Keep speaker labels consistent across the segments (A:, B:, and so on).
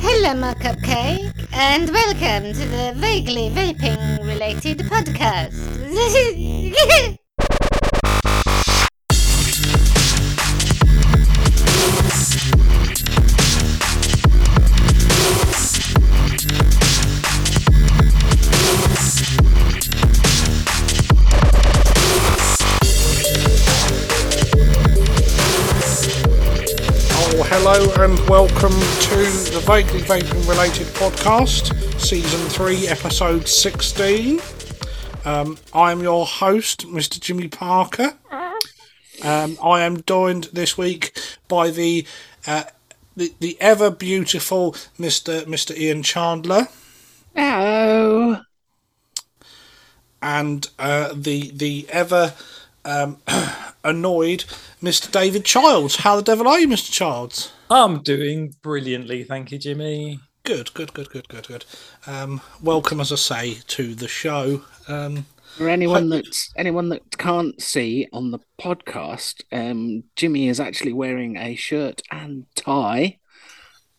A: Grandma Cupcake, and welcome to the vaguely vaping related podcast.
B: Oh, hello and welcome to the Vaguely Vaping Related Podcast, Season 3, Episode 16. Um, I am your host, Mr. Jimmy Parker. Um, I am joined this week by the uh, the, the ever beautiful Mr. Mr. Ian Chandler
C: Hello.
B: and uh, the the ever um, annoyed Mr. David Childs. How the devil are you, Mr. Childs?
D: I'm doing brilliantly, thank you, Jimmy.
B: Good, good, good, good, good, good. Um, welcome, as I say, to the show. Um,
C: For anyone that's anyone that can't see on the podcast, um, Jimmy is actually wearing a shirt and tie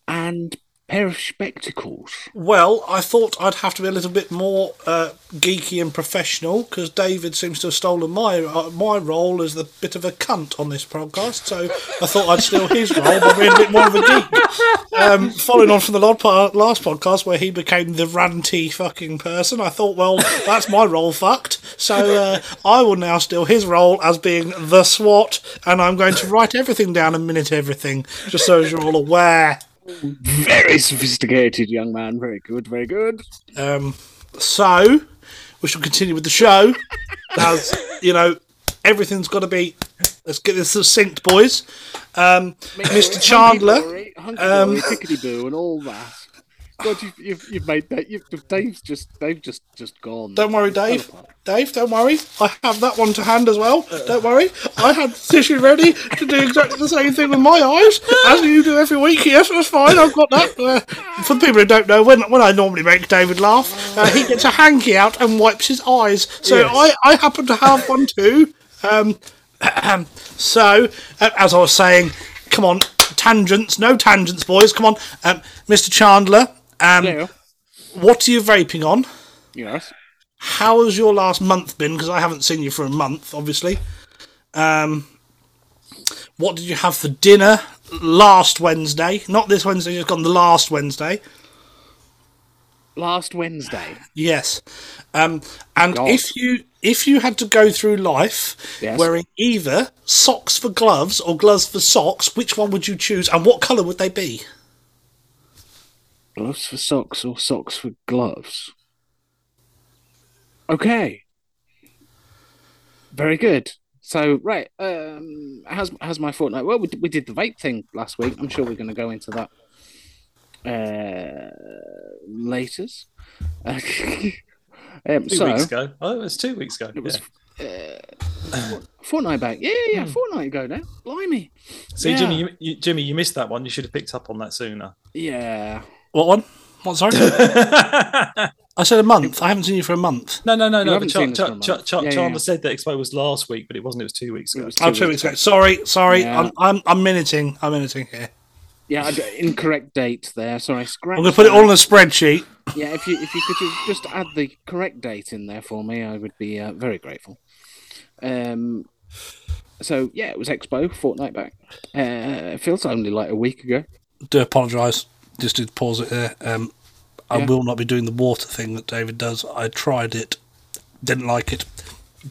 C: and pair of spectacles.
B: well, I thought I'd have to be a little bit more uh, geeky and professional because David seems to have stolen my uh, my role as the bit of a cunt on this podcast. So I thought I'd steal his role by being a bit more of a geek. Um, following on from the lod- po- last podcast where he became the ranty fucking person, I thought, well, that's my role fucked. So uh, I will now steal his role as being the SWAT, and I'm going to write everything down and minute everything, just so you're all aware.
C: Very sophisticated young man. Very good. Very good.
B: Um, so we shall continue with the show. As you know, everything's got to be. Let's get this succinct, boys. Um, Mr. Chandler,
C: Hunky-dory, hunky-dory, tickety-boo, and all that. God, you've, you've, you've made that. You've, Dave's just Dave just just gone.
B: don't worry, Dave. Dave, don't worry. I have that one to hand as well. Don't worry. I had tissue ready to do exactly the same thing with my eyes as you do every week. Yes, that's fine. I've got that. Uh, for people who don't know, when when I normally make David laugh, uh, he gets a hanky out and wipes his eyes. So
D: Yes.
B: I, I happen to have one too. Um, Ahem. so, uh, as I was saying, come on, tangents, no tangents, boys. Come on, um, Mr. Chandler. Um,
C: Hello.
B: What are you vaping on?
C: Yes.
B: How has your last month been? Because I haven't seen you for a month, obviously. Um, what did you have for dinner last Wednesday? Not this Wednesday, just gone the last Wednesday.
C: Last Wednesday.
B: Yes. Um, and
C: God.
B: if you if you had to go through life
C: Yes.
B: wearing either socks for gloves or gloves for socks, which one would you choose and what colour would they be?
C: gloves for socks or socks for gloves. Okay. Very good. So right, um, how's how's my fortnight? Well, we did, we did the vape thing last week. I'm sure we're going to go into that uh, later. um,
D: Two
C: so
D: weeks ago. Oh, it was two weeks ago.
C: it was
D: yeah.
C: fortnight back. Yeah, yeah, yeah, fortnight ago now. Blimey.
D: See,
C: yeah.
D: Jimmy, you, you, Jimmy, you missed that one. You should have picked up on that sooner.
C: Yeah.
B: What one? What sorry?
D: no,
B: I said a month. I haven't seen you for a month.
D: no, no, no.
C: haven't seen
D: But Char-
C: this
D: Char-
C: one,
D: Char-
C: mate.
D: Char-
C: Yeah, yeah,
D: Chandler
C: yeah.
D: said that Expo was last week, but it wasn't. It was two weeks
C: It
D: ago.
C: was
B: I'm
C: two
B: two
C: weeks
B: weeks ago. Sorry, sorry.
C: Yeah.
B: I'm, I'm I'm minuting. I'm minuting here.
C: Yeah, I d- incorrect date there. Sorry, scratch.
B: I'm gonna put it
C: that.
B: all in a spreadsheet.
C: Yeah, if you if you could ju- just add the correct date in there for me, I would be uh, very grateful. Um, so yeah, it was Expo fortnight back. Uh, it feels only like a week ago.
B: Do apologise. Just to pause it here. Um, I
C: Yeah.
B: will not be doing the water thing that David does. I tried it, didn't like it.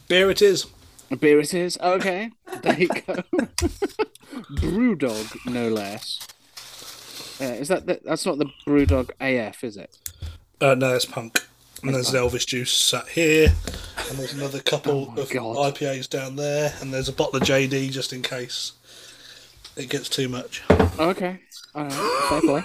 B: Beer it is.
C: A beer it is. Okay, there you go. Brewdog, no less. Uh, is that the, that's not the Brewdog AF, is it?
B: Uh, no, that's punk. And there's an Elvis juice sat here, and there's another couple
C: Oh my
B: of
C: God.
B: IPAs down there, and there's a bottle of JD just in case it gets too much.
C: Okay, all right, fair play.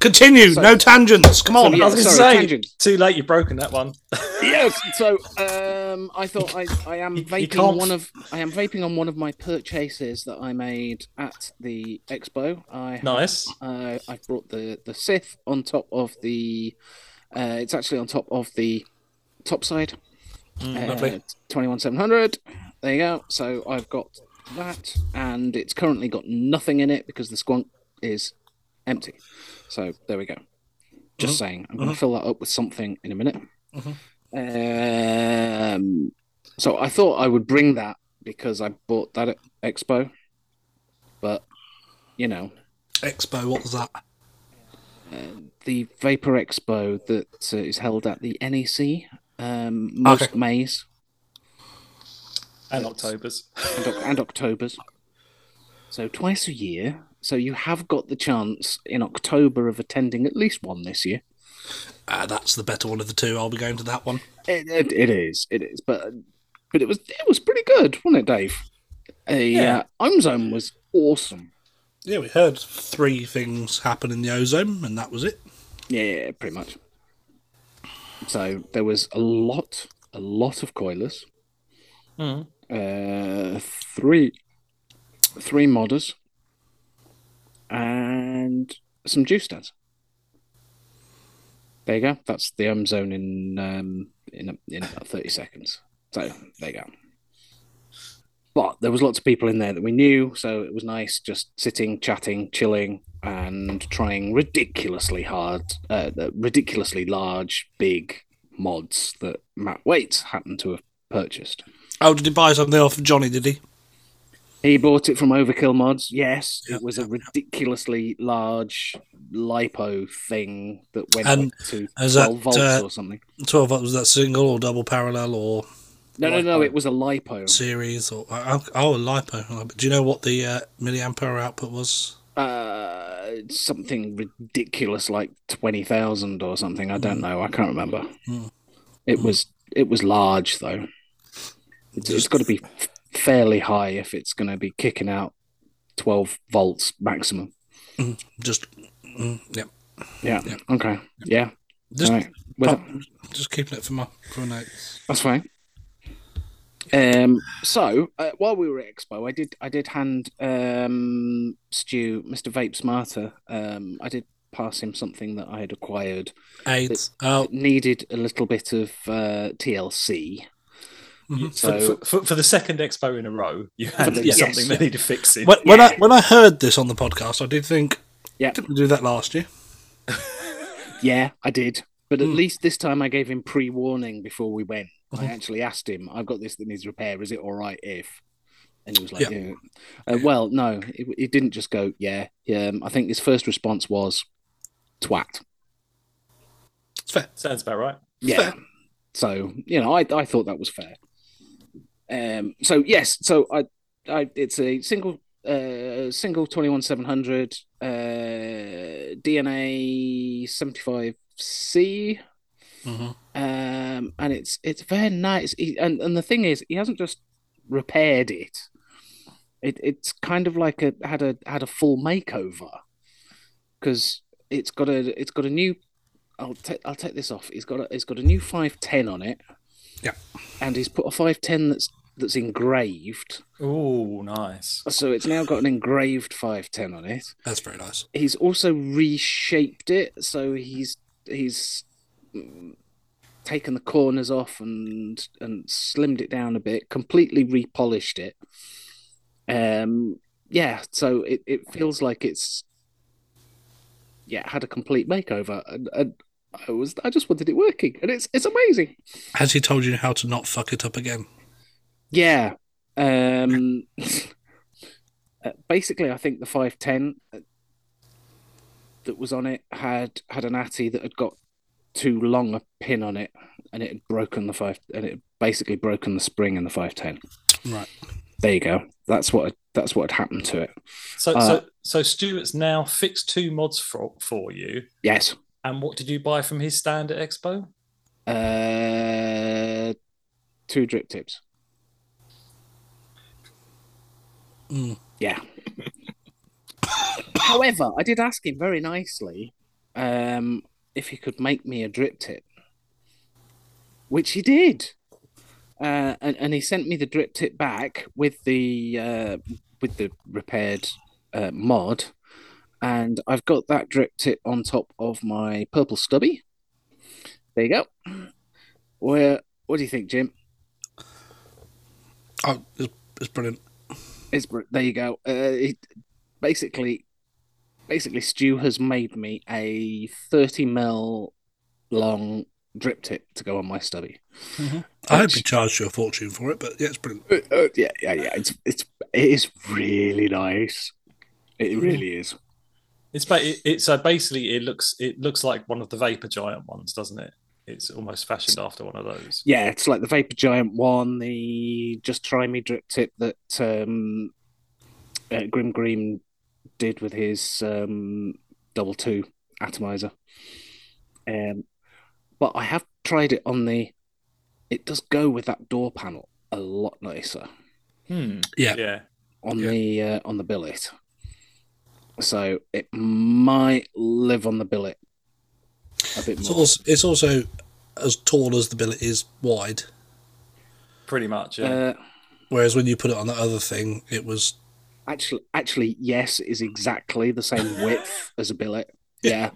B: Continue, no tangents. Come on.
C: yeah,
D: I was going to
C: sorry,
D: say,
C: tangent.
D: too late. You've broken that one.
C: yes. So um, I thought I, I am
D: You- you
C: vaping
D: can't-
C: one of I am vaping on one of my purchases that I made at the expo. I have,
D: Nice.
C: uh, I've brought the the Sith on top of the. Uh, it's actually on top of the top side.
B: lovely.
C: Twenty one seven hundred. There you go. So I've got that, and it's currently got nothing in it because the squonk is empty. So there we go. Just saying, I'm going to fill that up with something in a minute. Um, so I thought I would bring that because I bought that at Expo, but you know
B: Expo, what's that?
C: the Vapor Expo that uh, is held at the NEC um, most
B: Okay.
C: Mays
D: and October's.
C: and, Oc- and Octobers. So twice a year. So you have got the chance in October of attending at least one this year.
B: Uh, that's the better one of the two. I'll be going to that one.
C: It, it, it is. It is. But but it was it was pretty good, wasn't it, Dave? Uh, yeah. Zone was awesome.
B: Yeah, we heard three things happen in the ozone, and that was it.
C: Yeah, pretty much. So there was a lot, a lot of coilers. Mm-hmm.
D: Mm.
C: Uh, three, three modders, and some juice stands. There you go. That's the um zone in um in a- in about thirty seconds. So there you go. But there was lots of people in there that we knew, so it was nice just sitting, chatting, chilling, and trying ridiculously hard, uh, the ridiculously large, big mods that Matt Waits happened to have purchased.
B: Oh, did he buy something off of Johnny? Did he?
C: He bought it from Overkill Mods. Yes,
B: Yep,
C: it was a ridiculously large lipo thing that went
B: And
C: up to
B: is that,
C: 12 volts
B: uh,
C: or something.
B: Twelve was that single or double parallel or
C: No, no, no,
B: lipo?
C: it was a lipo.
B: series or oh, oh a lipo? Do you know what the uh, milliamp hour output was?
C: Uh, something ridiculous like 20,000 or something. I
B: Hmm.
C: don't know. I can't remember. It was it was large though. It's, it's got to be f- fairly high if it's going to be kicking out 12 volts maximum.
B: Just mm, yeah,
C: Yeah. Okay. Yeah.
B: just
C: All right. With that-
B: just keeping it for my for notes.
C: That's fine. Um, so uh, while we were at Expo, I did I did hand um, Stu, Mister Vape Smarter, um, I did pass him something that I had acquired.
B: AIDS. Oh,
C: It needed a little bit of uh, TLC.
D: Mm. for,
C: So
D: for, for, for the second expo in a row, you had
C: the- yes.
D: something they need to fix it.
B: when, when I when I heard this on the podcast, I did think,
C: Yeah.
B: didn't we do that last year?
C: yeah, I did, but at least this time I gave him pre warning before we went. I actually asked him, "I've got this that needs repair. Is it all right if?" And he was like,
B: Yeah.
C: "Yeah." Uh, well, no, it, it didn't just go, "Yeah." Um, I think his first response was, "Twat."
B: It's fair.
D: Sounds about right.
C: Yeah. So you know, I I thought that was fair. Um. So yes. So I I it's a single uh single twenty one seven hundred uh DNA seventy five C.
B: Mhm.
C: Um. And it's it's very nice. He, and and the thing is, he hasn't just repaired it. It it's kind of like a had a had a full makeover because it's got a it's got a new I'll take I'll take this off. He's got a, he's got a new five ten on it.
B: Yeah.
C: And he's put a five ten that's that's engraved.
D: Oh, nice.
C: So it's now got an engraved five ten on it.
B: That's very nice.
C: He's also reshaped it, so he's he's mm, taken the corners off and and slimmed it down a bit, completely repolished it. Um yeah, so it, it feels like it's yeah, had a complete makeover and, and I was I just wanted it working and it's it's amazing.
B: Has he told you how to not fuck it up again?
C: Yeah. Um, uh, basically, I think the five ten that was on it had had an atty that had got too long a pin on it, and it had broken the five, and it had basically broken the spring in the five ten.
B: Right.
C: There you go. That's what that's what had happened to it.
D: So,
C: Uh,
D: so, so Stuart's now fixed two mods for for you.
C: Yes.
D: And what did you buy from his stand at Expo?
C: Uh, two drip tips.
B: Mm.
C: Yeah. However, I did ask him very nicely um, if he could make me a drip tip, which he did. Uh, and, and he sent me the drip tip back with the uh, with the repaired uh, mod, and I've got that drip tip on top of my purple stubby. There you go. Where? What do you think, Jim?
B: Oh, it's, it's brilliant.
C: It's br- there you go. Uh, it, basically, basically, Stu has made me a 30 mil long drip tip to go on my stubby.
B: I hope he charged you a fortune for it, but yeah, it's brilliant.
C: Uh, uh, yeah, yeah, yeah. It's it's it is really nice. It really is.
D: It's ba- it, it's so basically it looks it looks like one of the vapor giant ones, doesn't it? It's almost fashioned after one of those.
C: Yeah, it's like the Vapor Giant one, the Just Try Me drip tip that um, uh, Grim Green did with his um, double two atomizer. Um, but I have tried it on the. It does go with that door panel a lot nicer
D: Hmm.
B: Yeah.
D: Yeah.
C: on
B: Yeah.
C: the uh, on the billet. So it might live on the billet a bit
B: It's
C: more.
B: also, it's also as tall as the billet is wide.
D: Pretty much. Yeah.
C: Uh,
B: Whereas when you put it on that other thing, it was
C: Actually, actually, yes, is exactly the same width as a billet. Yeah.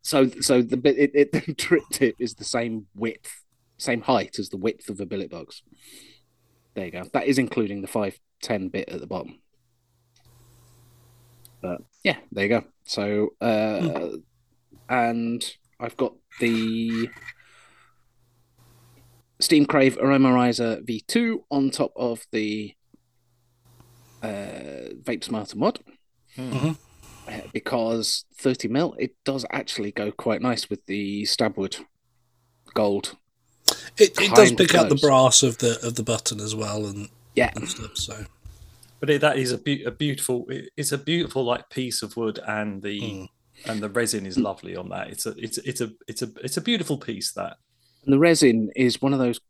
C: so, so the bit it, it the drip tip is the same width, same height as the width of a billet box. There you go. That is including the five ten bit at the bottom. But yeah, there you go. So, uh, and I've got the Steam Crave Aromarizer V2 on top of the uh, Vape Smarter mod
B: Mhm.
C: Uh, because 30 mil it does actually go quite nice with the Stabwood gold.
B: it, it does
C: Kind of
B: pick out the
C: close.
B: brass of the of the button as well and,
C: Yeah,
B: and stuff. So
D: but it, that is a, beau- a beautiful. it- it's a beautiful like piece of wood, and the
B: hmm.
D: and the resin is lovely on that. It's a it's it's a it's a it's a beautiful piece that.
C: and the resin is one of those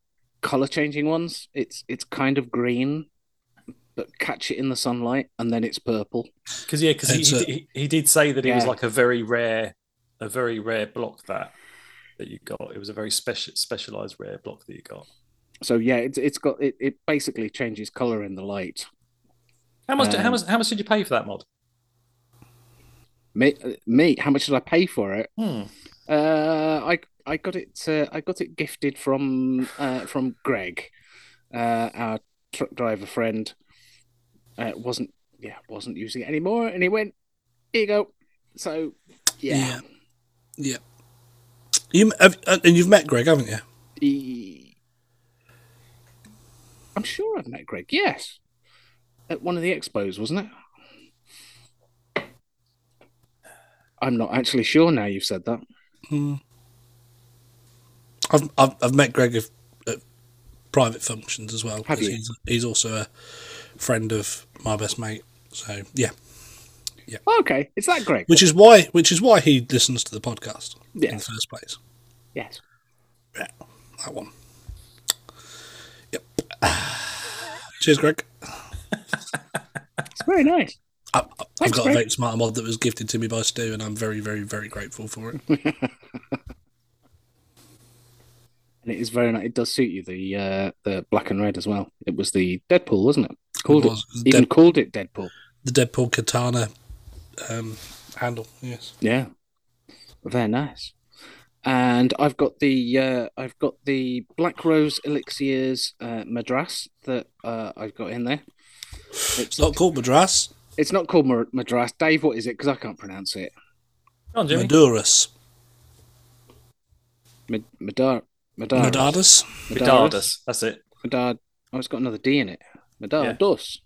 C: color changing ones. It's it's kind of green, but catch it in the sunlight and then it's purple.
D: Because yeah, because he,
B: It's a-
D: he he did say that it was
C: Yeah.
D: like a very rare, a very rare block that that you got. It was a very special specialized rare block that you got.
C: So yeah, it's it's got it, it basically changes color in the light.
D: How much? how
C: Um,
D: much? How much did you pay for that mod?
C: Me, uh, me how much did I pay for it?
D: Hmm.
C: Uh, I I got it. Uh, I got it gifted from uh, from Greg, uh, our truck driver friend. Uh, wasn't yeah wasn't using it anymore, and he went, "Here you go." So yeah,
B: yeah, you have, uh, and you've met Greg, haven't you?
C: he- I'm sure I've met Greg. Yes, at one of the expos, wasn't it? I'm not actually sure now. You've said that.
B: I've I've, I've met Greg at, at private functions as well.
C: Have
B: 'cause
C: you?
B: He's, he's also a friend of my best mate. So yeah,
C: Oh, Okay, it's that Greg.
B: which is why which is why he listens to the podcast in
C: Yeah.
B: the first place.
C: Yes.
B: Yeah, that one. Yep. Cheers, Greg.
C: It's very nice.
B: I, I- I've
C: Thanks,
B: got a
C: Greg.
B: vape smart mod that was gifted to me by Stu, and I'm very, very, very grateful for it.
C: and it is very nice. It does suit you the uh, the black and red as well. It was the Deadpool, wasn't it? Called it,
B: was. It was
C: even
B: Dead-
C: called it Deadpool.
B: The Deadpool katana um, handle. Yes.
C: Yeah, very nice. And I've got the uh, I've got the Black Rose Elixirs uh, Madras that uh, I've got in there.
B: It's not called Madras.
C: It's not called Mar- Madras, Dave. What is it? Because I can't pronounce it.
D: Go on, Jimmy.
B: Maduras.
C: Mad- Madar Madar
B: Madardus.
D: Bedardus. That's it.
C: Madar. Oh, it's got another D in it. Madardus.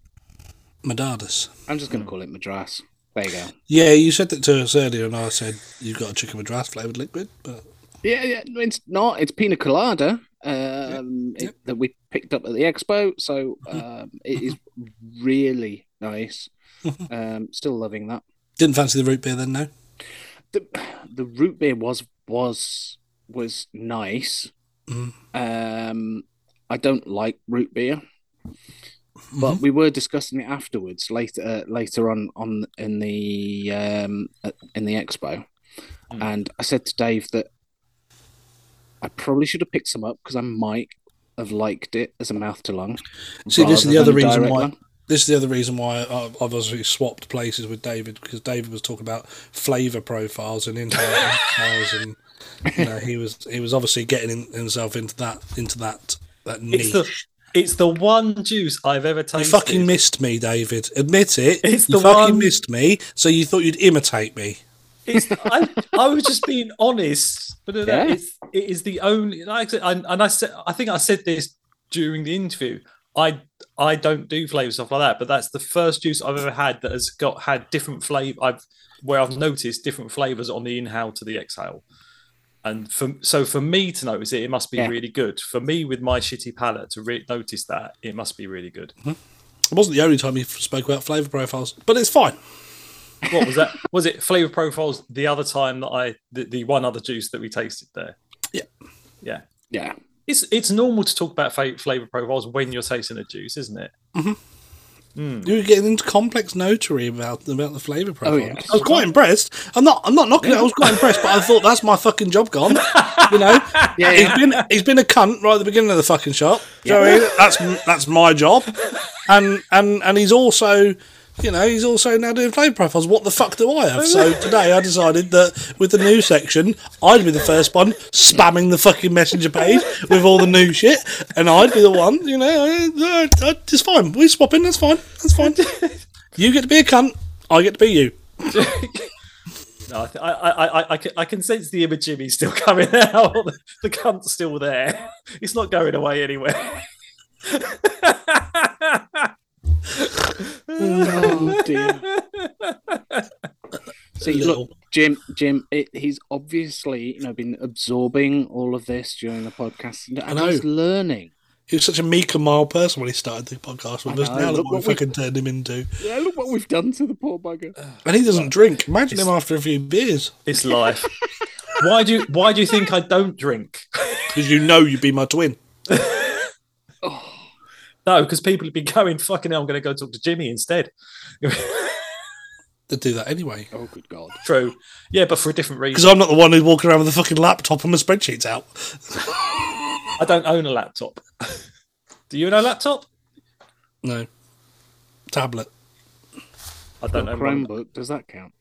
B: Madardus.
C: I'm just going to call it Madras. There you go.
B: Yeah, you said that to us earlier, and I said you've got a chicken madras flavored liquid, but
C: Yeah, yeah, no, it's not. It's pina colada um, it-
B: yep.
C: that we picked up at the expo, so um, it is really nice. Um, still loving that.
B: didn't fancy the root beer then. No.
C: The, the root beer was was was nice.
B: Mhm.
C: Um, I don't like root beer,
B: Mm-hmm.
C: but we were discussing it afterwards later uh, later on on in the um, at- in the expo,
D: Mm.
C: and I said to Dave that I probably should have picked some up because I might have liked it as a mouth to lung.
B: See, this is the other
C: rather than a
B: reason
C: direct
B: why.
C: lung.
B: This is the other reason why I- I've obviously swapped places with David because David was talking about flavour profiles and inhalation profiles, and you know, he was he was obviously getting in, himself into that into that that niche.
D: It's the It's the one juice I've ever
B: You
D: tasted.
B: fucking missed me, David. Admit it.
D: It's
B: you
D: the
B: fucking
D: one-
B: missed me, so you thought you'd imitate me.
D: It's, I, I was just being honest, but
C: Yeah.
D: it's, it is the only. Like I said, and, and I said, I think I said this during the interview. I I don't do flavor stuff like that, but that's the first juice I've ever had that has got had different flavor. I've where I've noticed different flavors on the inhale to the exhale, and for, so for me to notice it, it must be
C: Yeah.
D: really good. For me, with my shitty palate, to re- notice that, it must be really good.
B: It wasn't the only time you f- spoke about flavour profiles, but it's fine.
D: What was that? was it flavor profiles? The other time that I the, the one other juice that we tasted there.
B: Yeah.
D: Yeah.
C: Yeah.
D: It's it's normal to talk about fa- flavor profiles when you're tasting a juice, isn't it? Hmm.
B: You were getting into complex notary about about the flavour profile.
D: Oh,
C: yeah.
B: I was quite impressed. I'm not. I'm not knocking it. I was quite impressed, but I thought that's my fucking job gone. You know,
C: Yeah,
B: he's
C: yeah.
B: been he's been a cunt right at the beginning of the fucking shop. So that's that's my job, and and and he's also. You know, he's also now doing flavour profiles. What the fuck do I have? So today I decided that with the new section, I'd be the first one spamming the fucking messenger page with all the new shit, and I'd be the one. You know, I, I, I- it's fine. We swap in. That's fine. That's fine. You get to be a cunt. I get to be you.
D: No, I, th- I, I, I, I, can, I can sense the Jimmy still coming out. The cunt's still there. It's not going away anywhere.
C: Oh dear. See, look,
B: Little.
C: Jim. Jim, it, he's obviously you know been absorbing all of this during the podcast. And
B: know.
C: He's learning.
B: He was such a meek and mild person when he started the podcast with us.
C: know,
B: Now look what
C: look
B: we
C: what we-
B: fucking turned him into.
C: Yeah, look what we've done to the poor bugger.
B: And he doesn't drink. Imagine him after a few beers.
D: It's life. Why do you, why do you think I don't drink?
B: Because you know you'd be my twin.
D: No, because people have been going fucking. Hell, I'm going to go talk to Jimmy instead.
B: They'd do that anyway.
C: Oh, good God.
D: True. Yeah, but for a different reason.
B: Because I'm not the one who's walking around with a fucking laptop and my spreadsheets out.
D: I don't own a laptop. Do you own a laptop?
B: No. Tablet.
D: I don't own one.
C: Chromebook. Does that count?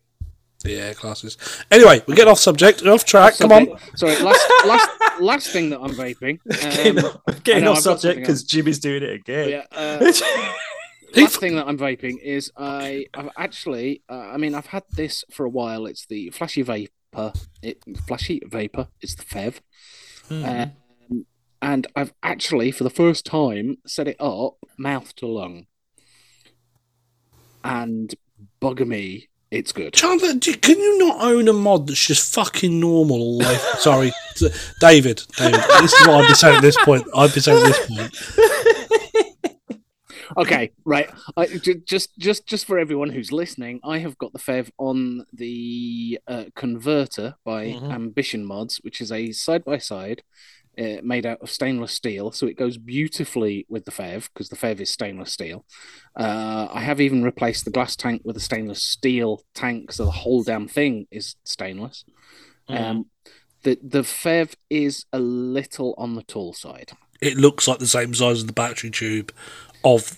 B: Yeah, classes. Anyway, we're getting off subject. We're off track. Come
C: Sorry,
B: on.
C: Sorry. Last, last, last thing that I'm vaping.
D: Getting
C: Um,
D: off, getting
C: know,
D: off
C: I've got
D: subject
C: something
D: because Jimmy's doing it again.
C: yeah. Uh, last thing that I'm vaping is I, I've actually, uh, I mean, I've had this for a while. It's the flashy vapor. It flashy vapor. It's the Fev, um, and I've actually, for the first time, set it up mouth to lung, and bugger me, it's good.
B: Chandler, do, can you not own a mod that's just fucking normal all the way? Sorry, t- David. David, this is what I'd be saying at this point. I'd be saying at this point.
C: Okay, right. I, ju- just, just, just for everyone who's listening, I have got the Fev on the uh, converter by
D: Mhm.
C: Ambition Mods, which is a side by side made out of stainless steel, so it goes beautifully with the Fev because the Fev is stainless steel. Uh, I have even replaced the glass tank with a stainless steel tank, so the whole damn thing is stainless. Um, the the Fev is a little on the tall side.
B: It looks like the same size as the battery tube of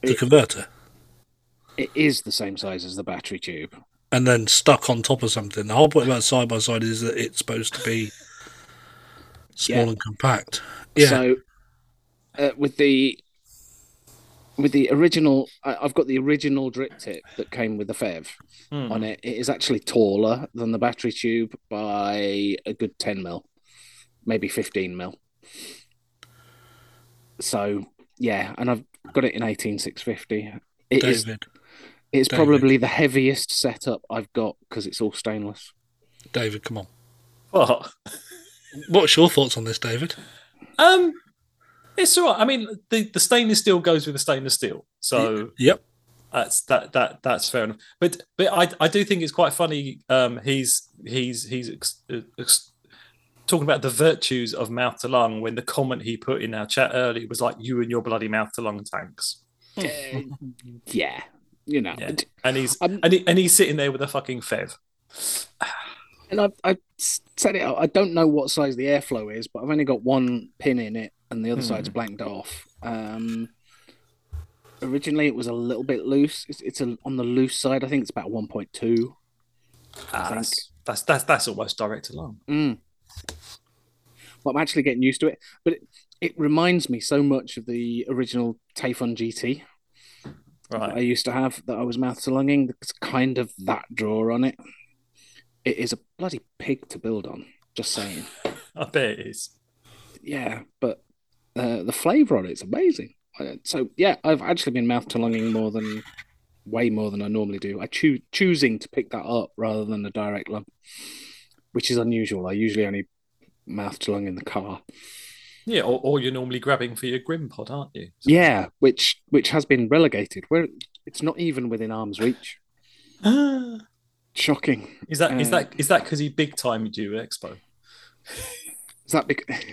B: the
C: It-
B: converter,
C: It is the same size as the battery tube.
B: and then stuck on top of something. The whole point about side by side is that it's supposed to be small
C: Yeah.
B: and compact. Yeah,
C: So uh, with the with the original, I, I've got the original drip tip that came with the Fev
D: Hmm.
C: on it. It is actually taller than the battery tube by a good ten mil, maybe fifteen mil. So yeah, and I've got it in eighteen six fifty. It is.
B: David,
C: It's
B: David.
C: probably the heaviest setup I've got because it's all stainless.
B: David, come on.
D: What?
B: What's your thoughts on this, David?
D: Um, it's all right. I mean, the, the stainless steel goes with the stainless steel, so
B: Yep.
D: that's that that that's fair enough. But but I I do think it's quite funny. Um, he's he's he's ex, ex, talking about the virtues of mouth to lung when the comment he put in our chat earlier was like you and your bloody mouth to lung tanks.
C: Yeah, you know.
D: Yeah. And he's
C: Um,
D: and, he, and he's sitting there with a fucking fev.
C: And I've, i set it up. I don't know what size the airflow is, but I've only got one pin in it, and the other side's blanked off. Um, originally, it was a little bit loose. It's, it's a, on the loose side. I think it's about 1.2.
D: Ah, that's, that's that's that's almost direct to lung.
C: Mm. But I'm actually getting used to it. But it, it reminds me so much of the original Tayfun GT that I
D: Right.
C: used to have that I was mouth to lunging. It's kind of that draw on it. It is a bloody pig to build on. Just saying.
D: I bet it is.
C: yeah, but uh, the flavour on it's amazing. Uh, So yeah, I've actually been mouth to longing more than, way more than I normally do. I choose choosing to pick that up rather than a direct lump, which is unusual. I usually only mouth to lung in the car.
D: Yeah, or, or you're normally grabbing for your grim pod, aren't you? So-
C: Yeah, which which has been relegated. Where it's not even within arm's reach. Shocking.
D: is that is
C: Uh,
D: that is that because he big time you at Expo?
C: Is that because?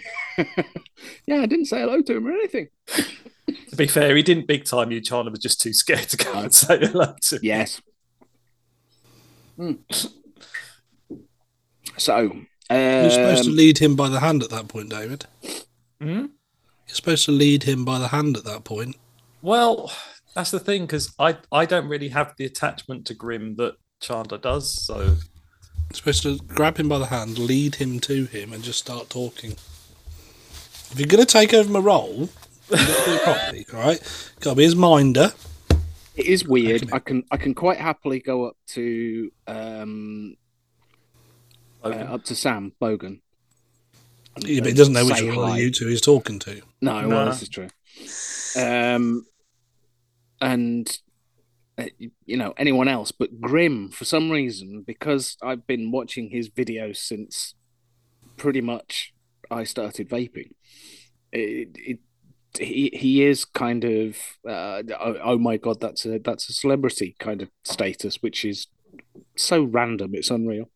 C: yeah, I didn't say hello to him or anything.
D: To be fair, he didn't big time you. China was just too scared to go and say hello to. him.
C: Yes. Hmm. So,
B: You're supposed to
C: um,
B: lead him by the hand at that point, David.
D: Hmm?
B: You're supposed to lead him by the hand at that point.
D: Well, that's the thing because I I don't really have the attachment to Grim that Chandler does. So
B: You're supposed to grab him by the hand, lead him to him, and just start talking. If you're going to take over my role, you got to do it properly, right? Got to be his minder.
C: it is weird. I can I can quite happily go up to um, uh,
D: Logan,
C: up to Sam Bogan.
B: Yeah, but he doesn't know which
C: Say
B: one of
C: hi.
B: you two he's talking to.
C: No,
D: Nah.
C: well, this is true. Um, and uh, you know anyone else, but Grim for some reason because I've been watching his videos since pretty much I started vaping. It, it, he he is kind of uh, oh, oh my god that's a that's a celebrity kind of status which is so random it's unreal.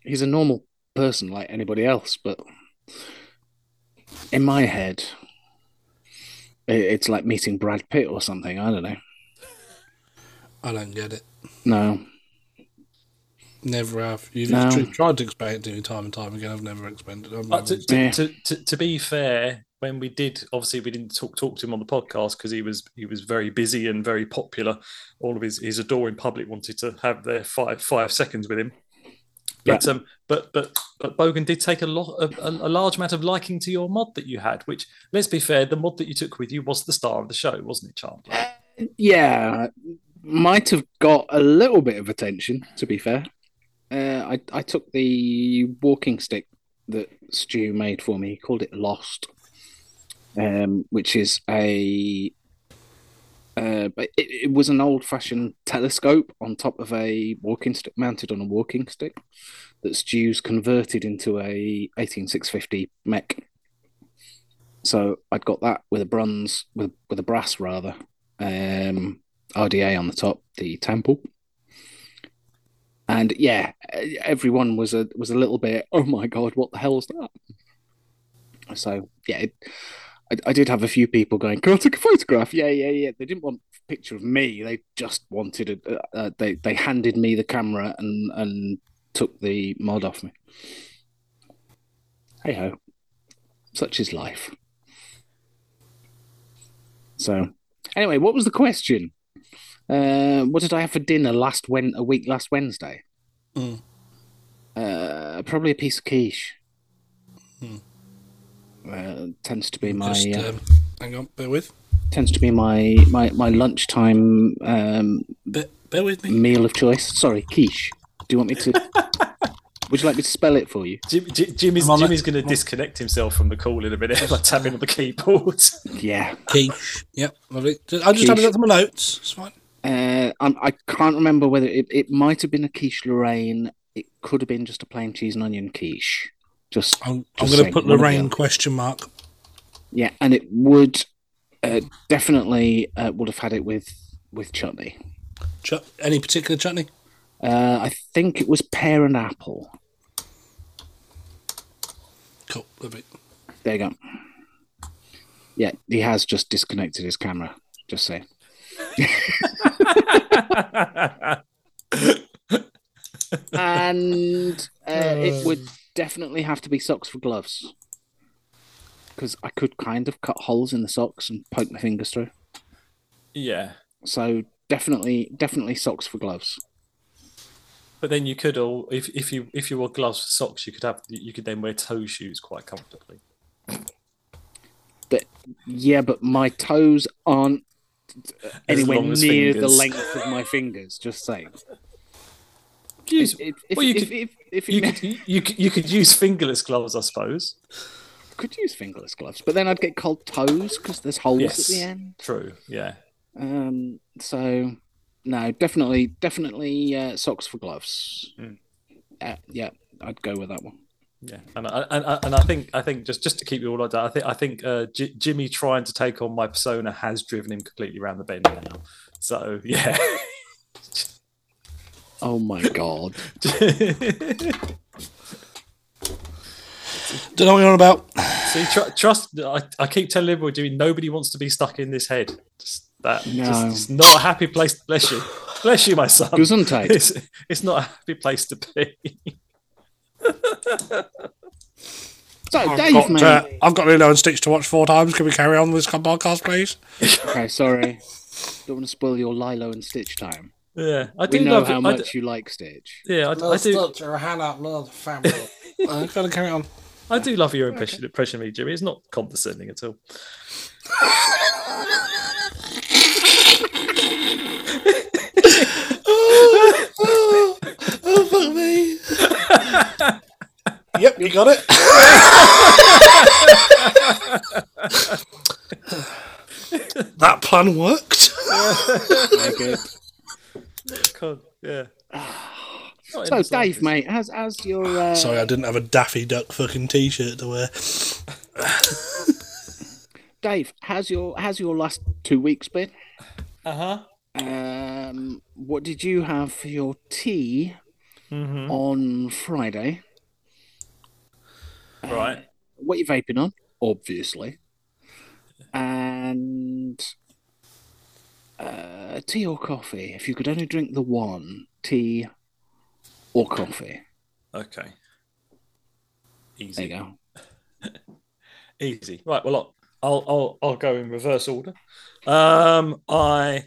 C: He's a normal person like anybody else, but in my head, i- it's like meeting Brad Pitt or something. I don't know.
B: I don't get it.
C: No,
B: Never have. You've
C: No.
B: tr- tried to explain it to me time and time again. I've never explained it. I've
D: Uh,
B: never
D: to,
C: Yeah.
D: to, to, to, to be fair, when we did, obviously we didn't talk talk to him on the podcast because he was he was very busy and very popular. All of his his adoring public wanted to have their five five seconds with him. But um, but but but Bogan did take a lot of a, a large amount of liking to your mod that you had, which let's be fair, the mod that you took with you was the star of the show, wasn't it, Chandler?
C: yeah, might have got a little bit of attention. To be fair, uh, I I took the walking stick that Stu made for me. He called it Lost, um, which is a. Uh, but it, it was an old-fashioned telescope on top of a walking stick, mounted on a walking stick, that Stu's converted into a 18650 mech. So I'd got that with a bronze, with with a brass rather, um, RDA on the top, the temple, and yeah, e- everyone was a was a little bit. Oh my god, what the hell's that? So yeah, it, I, I did have a few people going, "Can I take a photograph?" Yeah, yeah, yeah. They didn't want a picture of me. They just wanted a. Uh, uh, they they handed me the camera and and took the mod off me. Hey ho, such is life. So Anyway, what was the question? Uh, what did I have for dinner last when a week last Wednesday?
B: Mm.
C: Uh, probably a piece of quiche. Uh, tends to be my
B: Hmm. just,
C: uh,
B: um, hang on, bear with.
C: tends to be my my my lunchtime um,
B: Bear, bear with me.
C: meal of choice. Sorry, quiche. Do you want me to? would you like me to spell it for you?
D: Jim, Jim, Jimmy's,
B: I'm on it.
D: Jimmy's going to disconnect himself from the call in a minute by tapping on the keyboard.
C: Yeah.
B: Quiche. Yep, lovely. I just added
C: Quiche.
B: up to my notes. It's fine.
C: Uh, I'm, I can't remember whether it, it might have been a quiche Lorraine. It could have been just a plain cheese and onion quiche. Just
B: I'm, I'm
C: Just
B: going to
C: saying,
B: put
C: one of the
B: Lorraine
C: other.
B: question mark.
C: Yeah, and it would uh, definitely uh, would have had it with with chutney.
B: Chut any particular chutney?
C: Uh, I think it was pear and apple.
B: Cool, lovely.
C: There you go. Yeah, he has just disconnected his camera. Just saying. and uh, it would definitely have to be socks for gloves because I could kind of cut holes in the socks and poke my fingers through.
D: yeah.
C: So definitely, definitely socks for gloves.
D: But then you could all, if, if you if you wore gloves for socks, you could have you could then wear toe shoes quite comfortably.
C: Yeah, but my toes aren't anywhere
D: long as
C: near the
D: fingers.
C: length of my fingers. Just saying.
D: Use,
C: If, if,
D: well, you
C: if,
D: could,
C: if, if it
D: you,
C: meant-
D: could, you, could, you could use fingerless gloves, I suppose.
C: could use fingerless gloves, but then I'd get cold toes because there's holes
D: Yes.
C: at the end.
D: True. Yeah.
C: Um, so no, definitely, definitely uh, socks for gloves.
D: Mm.
C: Uh, yeah, I'd go with that one.
D: Yeah, and I, and, I- and I think I think just just to keep you all like that, I think I think uh, J- Jimmy trying to take on my persona has driven him completely around the bend now. So yeah,
C: Oh my god!
D: see,
B: Don't know what you're on about.
D: tr- trust. I, I keep telling everyone, Jimmy, nobody wants to be stuck in this head. Just that,
C: No.
D: just, it's not a happy place. Bless you, bless you, my son.
C: Gesundheit.
D: It's it's not a happy place to be.
C: So
B: I've
C: Dave,
B: got,
C: mate.
B: uh, I've got Lilo and Stitch to watch four times. Can we carry on with this podcast, please?
C: Okay, sorry. Don't want to spoil your Lilo and Stitch time.
D: Yeah, I
C: We
D: do
C: know
D: love
C: how
D: it. I d-
C: much you like Stitch.
D: yeah, I, d- I do.
E: or Hannah, love family.
B: I've got to Uh, carry on.
D: I do love your impression, impression of me, Jimmy. It's not condescending at all.
B: oh, oh, fuck me. yep, you got it. that pun worked.
C: Very good.
D: Con- yeah. Not in
C: So
D: the
C: Dave,
D: slightest.
C: mate, how's how's your uh,
B: Sorry, I didn't have a Daffy Duck fucking t-shirt to wear.
C: Dave? How's your how's your last two weeks been?
D: Uh huh.
C: Um, what did you have for your tea
D: Mm-hmm.
C: on Friday?
D: Right.
C: What you vaping on? Obviously. And uh, tea or coffee? If you could only drink the one, tea or coffee.
D: Okay.
C: There you
D: Easy.
C: go.
D: Easy. Right. Well, I'll- I'll I'll I'll go in reverse order. Um, I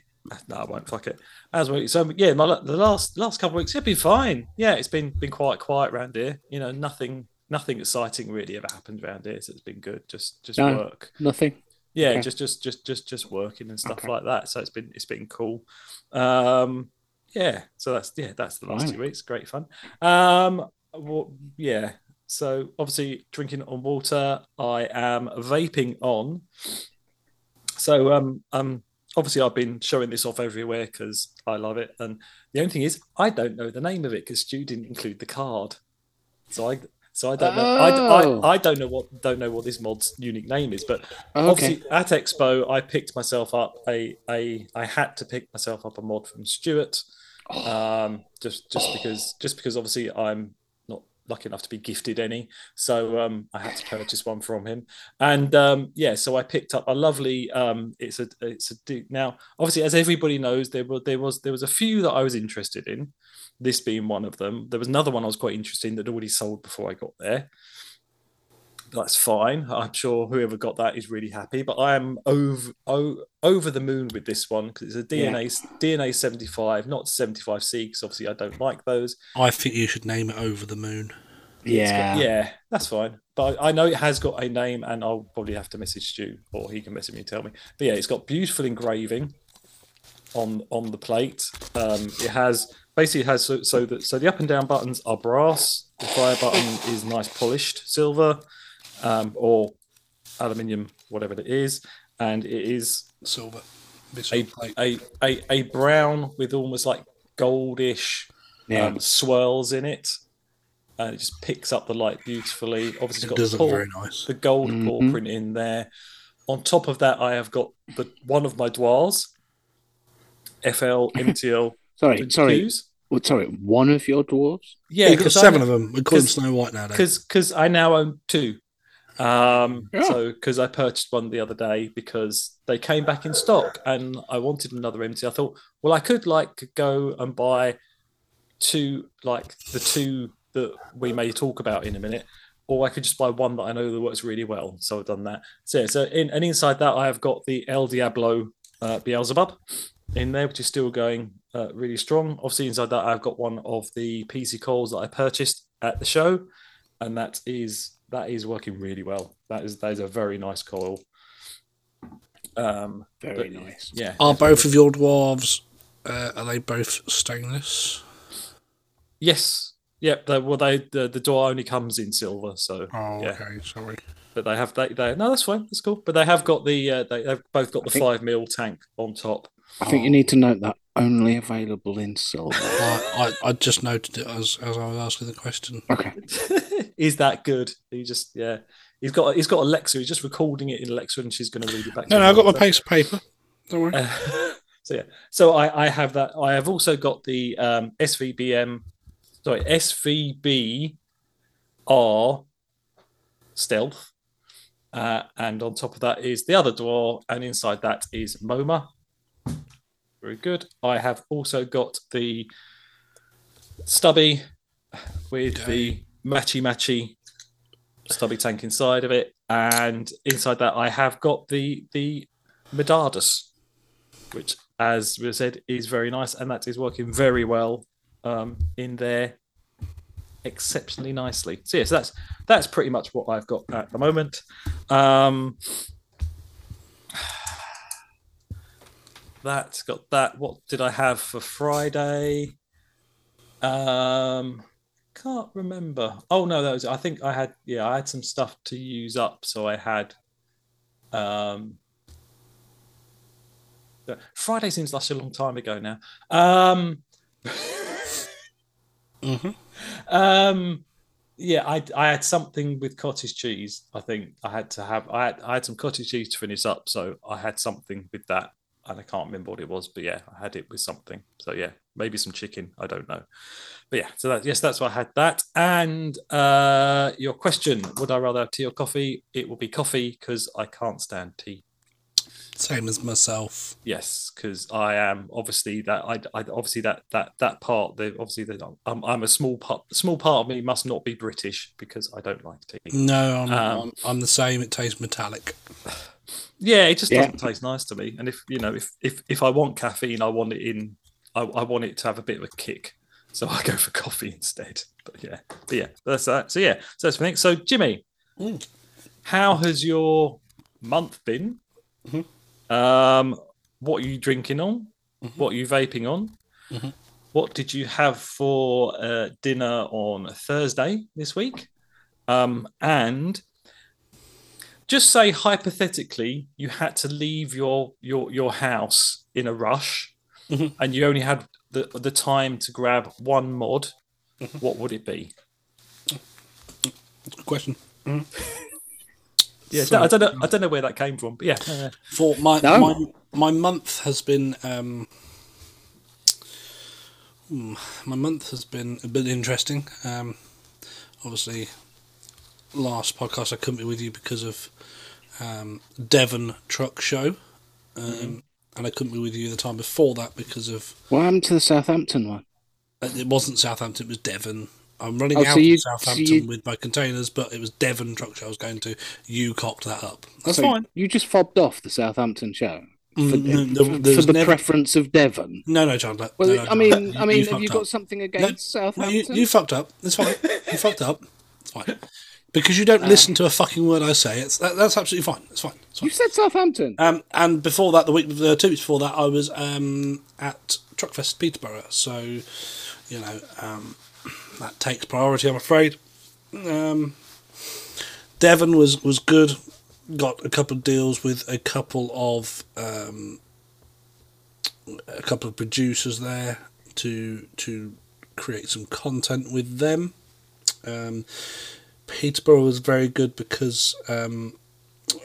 D: no, I won't. Fuck it. As well. So yeah, my la- the last last couple of weeks, it's been fine. Yeah, it's been been quite quiet around here. You know, nothing nothing exciting really ever happened around here. So it's been good. Just just
C: No.
D: work.
C: Nothing.
D: yeah
C: Okay.
D: just just just just just working and stuff
C: Okay.
D: like that so it's been it's been cool um yeah so that's yeah that's the last two weeks great fun um well, yeah so obviously drinking on water i am vaping on so um um obviously i've been showing this off everywhere because i love it and the only thing is i don't know the name of it because stu didn't include the card so i so i don't know
C: Oh.
D: I, I, I don't know what don't know what this mod's unique name is but
C: Oh, Okay.
D: Obviously, at Expo, I picked myself up a, a I had to pick myself up a mod from Stuart, um, just just because just because obviously I'm not lucky enough to be gifted any, so um, I had to purchase one from him, and um, yeah, so I picked up a lovely. Um, it's a it's a d- now obviously as everybody knows there were there was there was a few that I was interested in, this being one of them. There was another one I was quite interested in that had already sold before I got there that's fine. I'm sure whoever got that is really happy. But I am over o- over the moon with this one because it's a
C: Yeah.
D: DNA DNA 75, not 75C because obviously I don't like those.
B: I think you should name it Over the Moon.
D: It's
C: Yeah.
D: got- yeah, that's fine. But I I know it has got a name, and I'll probably have to message Stu or he can message me and tell me. But yeah, it's got beautiful engraving on on the plate. Um, it has basically it has so, so that so the up and down buttons are brass. The fire button is nice polished silver, um, or aluminium, whatever it is, and it is
B: Silver. Bits
D: a
B: of plate.
D: a a, a brown with almost like goldish
C: Yeah.
D: um, swirls in it, and it just picks up the light beautifully. Obviously, it's
B: It
D: got
B: does
D: the,
B: look
D: paw-
B: very nice. Mm-hmm.
D: the gold paw print in there. On top of that, I have got the one of my dwars, FL MTL.
C: sorry. Sorry.
D: Qs.
C: Well, sorry. One of your dwarves.
D: Yeah,
B: You've got
D: because
B: seven of them. We call them
D: 'cause-
B: Snow White nowadays.
D: because because I now own two. Um,
C: Yeah.
D: so because I purchased one the other day because they came back in stock and I wanted another empty. I thought, well, I could like go and buy two, like the two that we may talk about in a minute, or I could just buy one that I know that works really well. So I've done that. So yeah, so in, and inside that I have got the El Diablo uh, Beelzebub in there, which is still going uh, really strong. Obviously, inside that I've got one of the PC calls that I purchased at the show and that is that is working really well. That is that is a very nice coil. Um,
C: Very nice.
D: yeah.
B: Are both of your dwarves? Uh, are they both stainless?
D: Yes. Yep. They, well, they the, the door only comes in silver, so
B: Oh,
D: yeah.
B: okay. Sorry.
D: But they have they, they no, that's fine. That's cool. But they have got the uh, they, they've both got the
C: think-
D: five mil tank on top.
C: I think
B: Oh.
C: you need to note that only available in silver.
B: I, I, I just noted it as as I was asking the question.
C: okay.
D: Is that good? He just yeah. He's got he's got Alexa. He's just recording it in Alexa, and she's going to read it back.
B: No,
D: to
B: no,
D: him
B: I've got my
D: later.
B: piece of paper. Don't worry.
D: Uh, so yeah, so I, I have that. I have also got the um, SVBM, sorry, SVBR stealth, uh, and on top of that is the other door, and inside that is MoMA. Very good. I have also got the stubby with the matchy matchy stubby tank inside of it, and inside that I have got the the Medardus which, as we said, is very nice, and that is working very well um, in there, exceptionally nicely. So yes, that's that's pretty much what I've got at the moment. Um, that's got that. What did I have for Friday? Um, can't remember. Oh no, that was. I think I had. Yeah, I had some stuff to use up, so I had. Um, Friday seems like such a long time ago now. Um, um, yeah, I, I had something with cottage cheese. I think I had to have. I had, I had some cottage cheese to finish up, so I had something with that, and I can't remember what it was. But yeah, I had it with something. So yeah, maybe some chicken. I don't know. But yeah, so that yes, that's why I had that. And uh, your question: Would I rather have tea or coffee? It will be coffee because I can't stand tea.
B: Same as myself.
D: Yes, because I am obviously that I, I obviously that that that part the obviously that I'm, I'm a small part small part of me must not be British because I don't like tea.
B: No, I'm,
D: Um,
B: I'm, I'm the same. It tastes metallic.
D: Yeah, it just
C: Yeah.
D: doesn't taste nice to me. And if you know if if if I want caffeine, I want it in I, I want it to have a bit of a kick, so I go for coffee instead. But yeah, but yeah, that's that. So yeah, so that's my thing. So Jimmy, how has your month been? Um, what are you drinking on? What are you vaping on? What did you have for uh, dinner on Thursday this week? Um, and just say hypothetically, you had to leave your your your house in a rush,
C: Mm-hmm.
D: and you only had the the time to grab one mod.
C: Mm-hmm.
D: What would it be?
B: Good question.
D: Yeah, I don't know. I don't know where that came from, but yeah, uh,
B: For my
C: No.
B: my my month has been um, hmm, my month has been a bit interesting. Um, obviously, last podcast I couldn't be with you because of um, Devon Truck Show, um, and I couldn't be with you the time before that because of
C: What happened to the Southampton one?
B: uh, it wasn't Southampton, it was Devon. I'm running
C: Oh, so
B: out
C: you-
B: of
C: so
B: Southampton
C: you-
B: with my containers, but it was Devon Truck Show I was going to. You copped that up. That's
C: So
B: fine.
C: You just fobbed off the Southampton show for,
B: Mm, no,
C: for-
B: there
C: for
B: was
C: the
B: never-
C: preference of Devon.
B: No, no, Chandler.
C: Well,
B: No, no,
C: I
B: Chandler.
C: mean, I mean, have
B: fucked
C: you
B: up.
C: got something against
B: No,
C: Southampton?
B: you, you fucked up. It's fine. You fucked up. It's fine. Because you don't
C: Uh.
B: listen to a fucking word I say. It's that, that's absolutely fine. It's fine. It's fine.
C: You said Southampton.
B: Um, and before that, the week, the two weeks before that, I was um, at Truckfest Peterborough. So, you know, um, that takes priority, I'm afraid. Um, Devon was was good. Got a couple of deals with a couple of um, a couple of producers there to to create some content with them. Um, Peterborough was very good because um,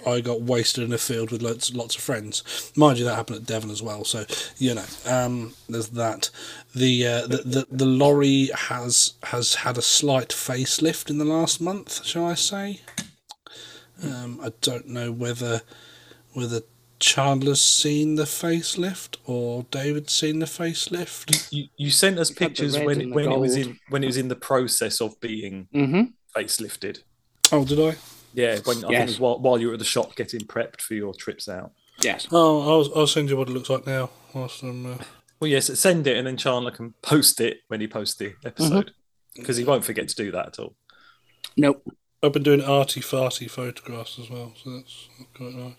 B: I got wasted in a field with lots lots of friends. Mind you, that happened at Devon as well. So you know, um, there's that. The, uh, the the the lorry has has had a slight facelift in the last month, shall I say? Um, I don't know whether whether Chandler's seen the facelift or David's seen the facelift.
D: you, you sent us
C: had the
D: pictures
C: red
D: when
C: and
D: it,
C: the
D: when it was
C: gold.
D: in when it was in the process of being
C: hmm
D: facelifted.
B: Oh, did I?
D: Yeah, when I think it
C: Yes.
D: was while, while you were at the shop getting prepped for your trips out.
C: Yes.
B: Oh, I'll, I'll send you what it looks like now. Whilst I'm, uh,
D: Well, yes, send it, and then Chandler can post it when he posts the episode
C: Mm-hmm.
D: because he won't forget to do that at all.
C: Nope.
B: I've been doing arty farty photographs as well, so that's quite nice.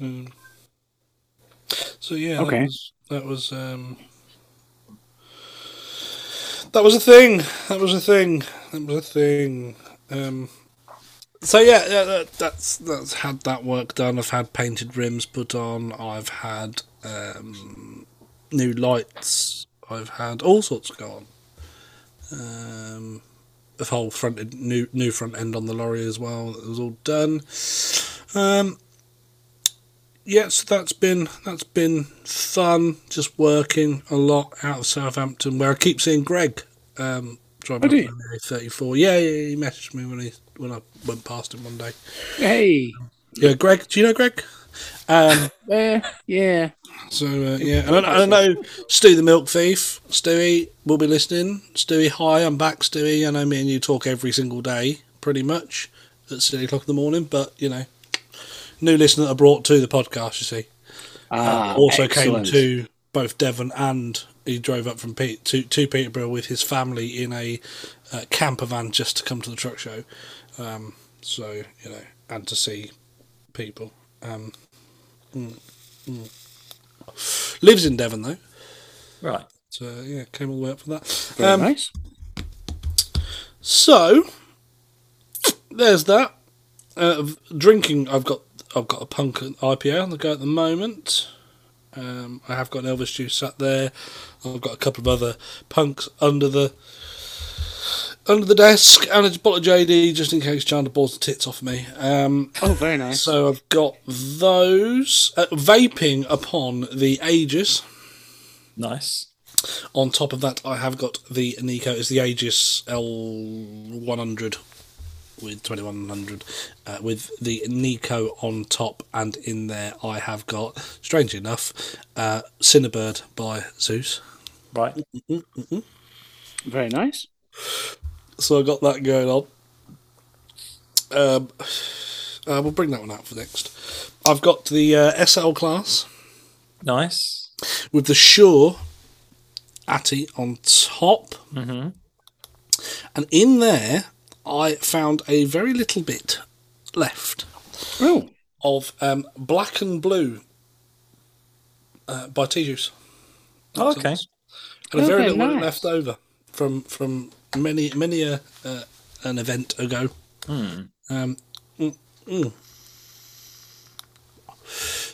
B: Um, So yeah,
C: Okay.
B: that was that was, um, that was a thing. That was a thing. That was a thing. Um, so yeah, yeah, that, that's that's had that work done. I've had painted rims put on. I've had um, new lights. I've had all sorts gone. Um, the whole front end- new new front end on the lorry as well. It was all done. Um, yes, that's been that's been fun. Just working a lot out of Southampton, where I keep seeing Greg um, driving
C: Oh, do
B: up
C: you?
B: on the A34. Yeah, yeah, he messaged me when he when I went past him one day.
C: Hey,
B: Yeah, Greg. Do you know Greg? Um,
C: uh, yeah.
B: so uh, yeah, and I, I know Stu the Milk Thief, Stewie will be listening. Stewie, hi, I'm back, Stewie. I know me and you talk every single day, pretty much at six o'clock in the morning. But you know, new listener that I brought to the podcast, you see,
C: Ah,
B: also
C: excellent.
B: came to both Devon and he drove up from Pete to to Peterborough with his family in a uh, camper van just to come to the truck show. Um, so you know, and to see people. Um, mm, mm. Lives in Devon though.
D: Right.
B: So yeah, came all the way up for that.
C: Very
B: um,
C: nice.
B: So there's that. Uh, v- drinking, I've got I've got a punk IPA on the go at the moment. Um, I have got an Elvis juice sat there. I've got a couple of other punks under the under the desk and a bottle of JD just in case Chandler balls the tits off me. Um,
C: Oh, very nice.
B: so I've got those uh, vaping upon the Aegis.
D: Nice.
B: On top of that, I have got the Nico. It's the Aegis L100 with 2100 uh, with the Nico on top, and in there I have got, strangely enough, uh, Cinnabird by Zeus.
D: Right.
C: Very nice.
B: So I got that going on. Um, uh, we'll bring that one out for next. I've got the uh, SL class.
D: Nice.
B: with the Shure Atty on top.
C: Mm-hmm.
B: And in there, I found a very little bit left
C: Oh,
B: of um, Black and Blue uh, by T Juice.
D: Oh, okay.
B: And a very
C: Okay,
B: little bit
C: nice.
B: left over from from many many a, uh, an event ago.
C: Hmm.
B: Um, mm, mm.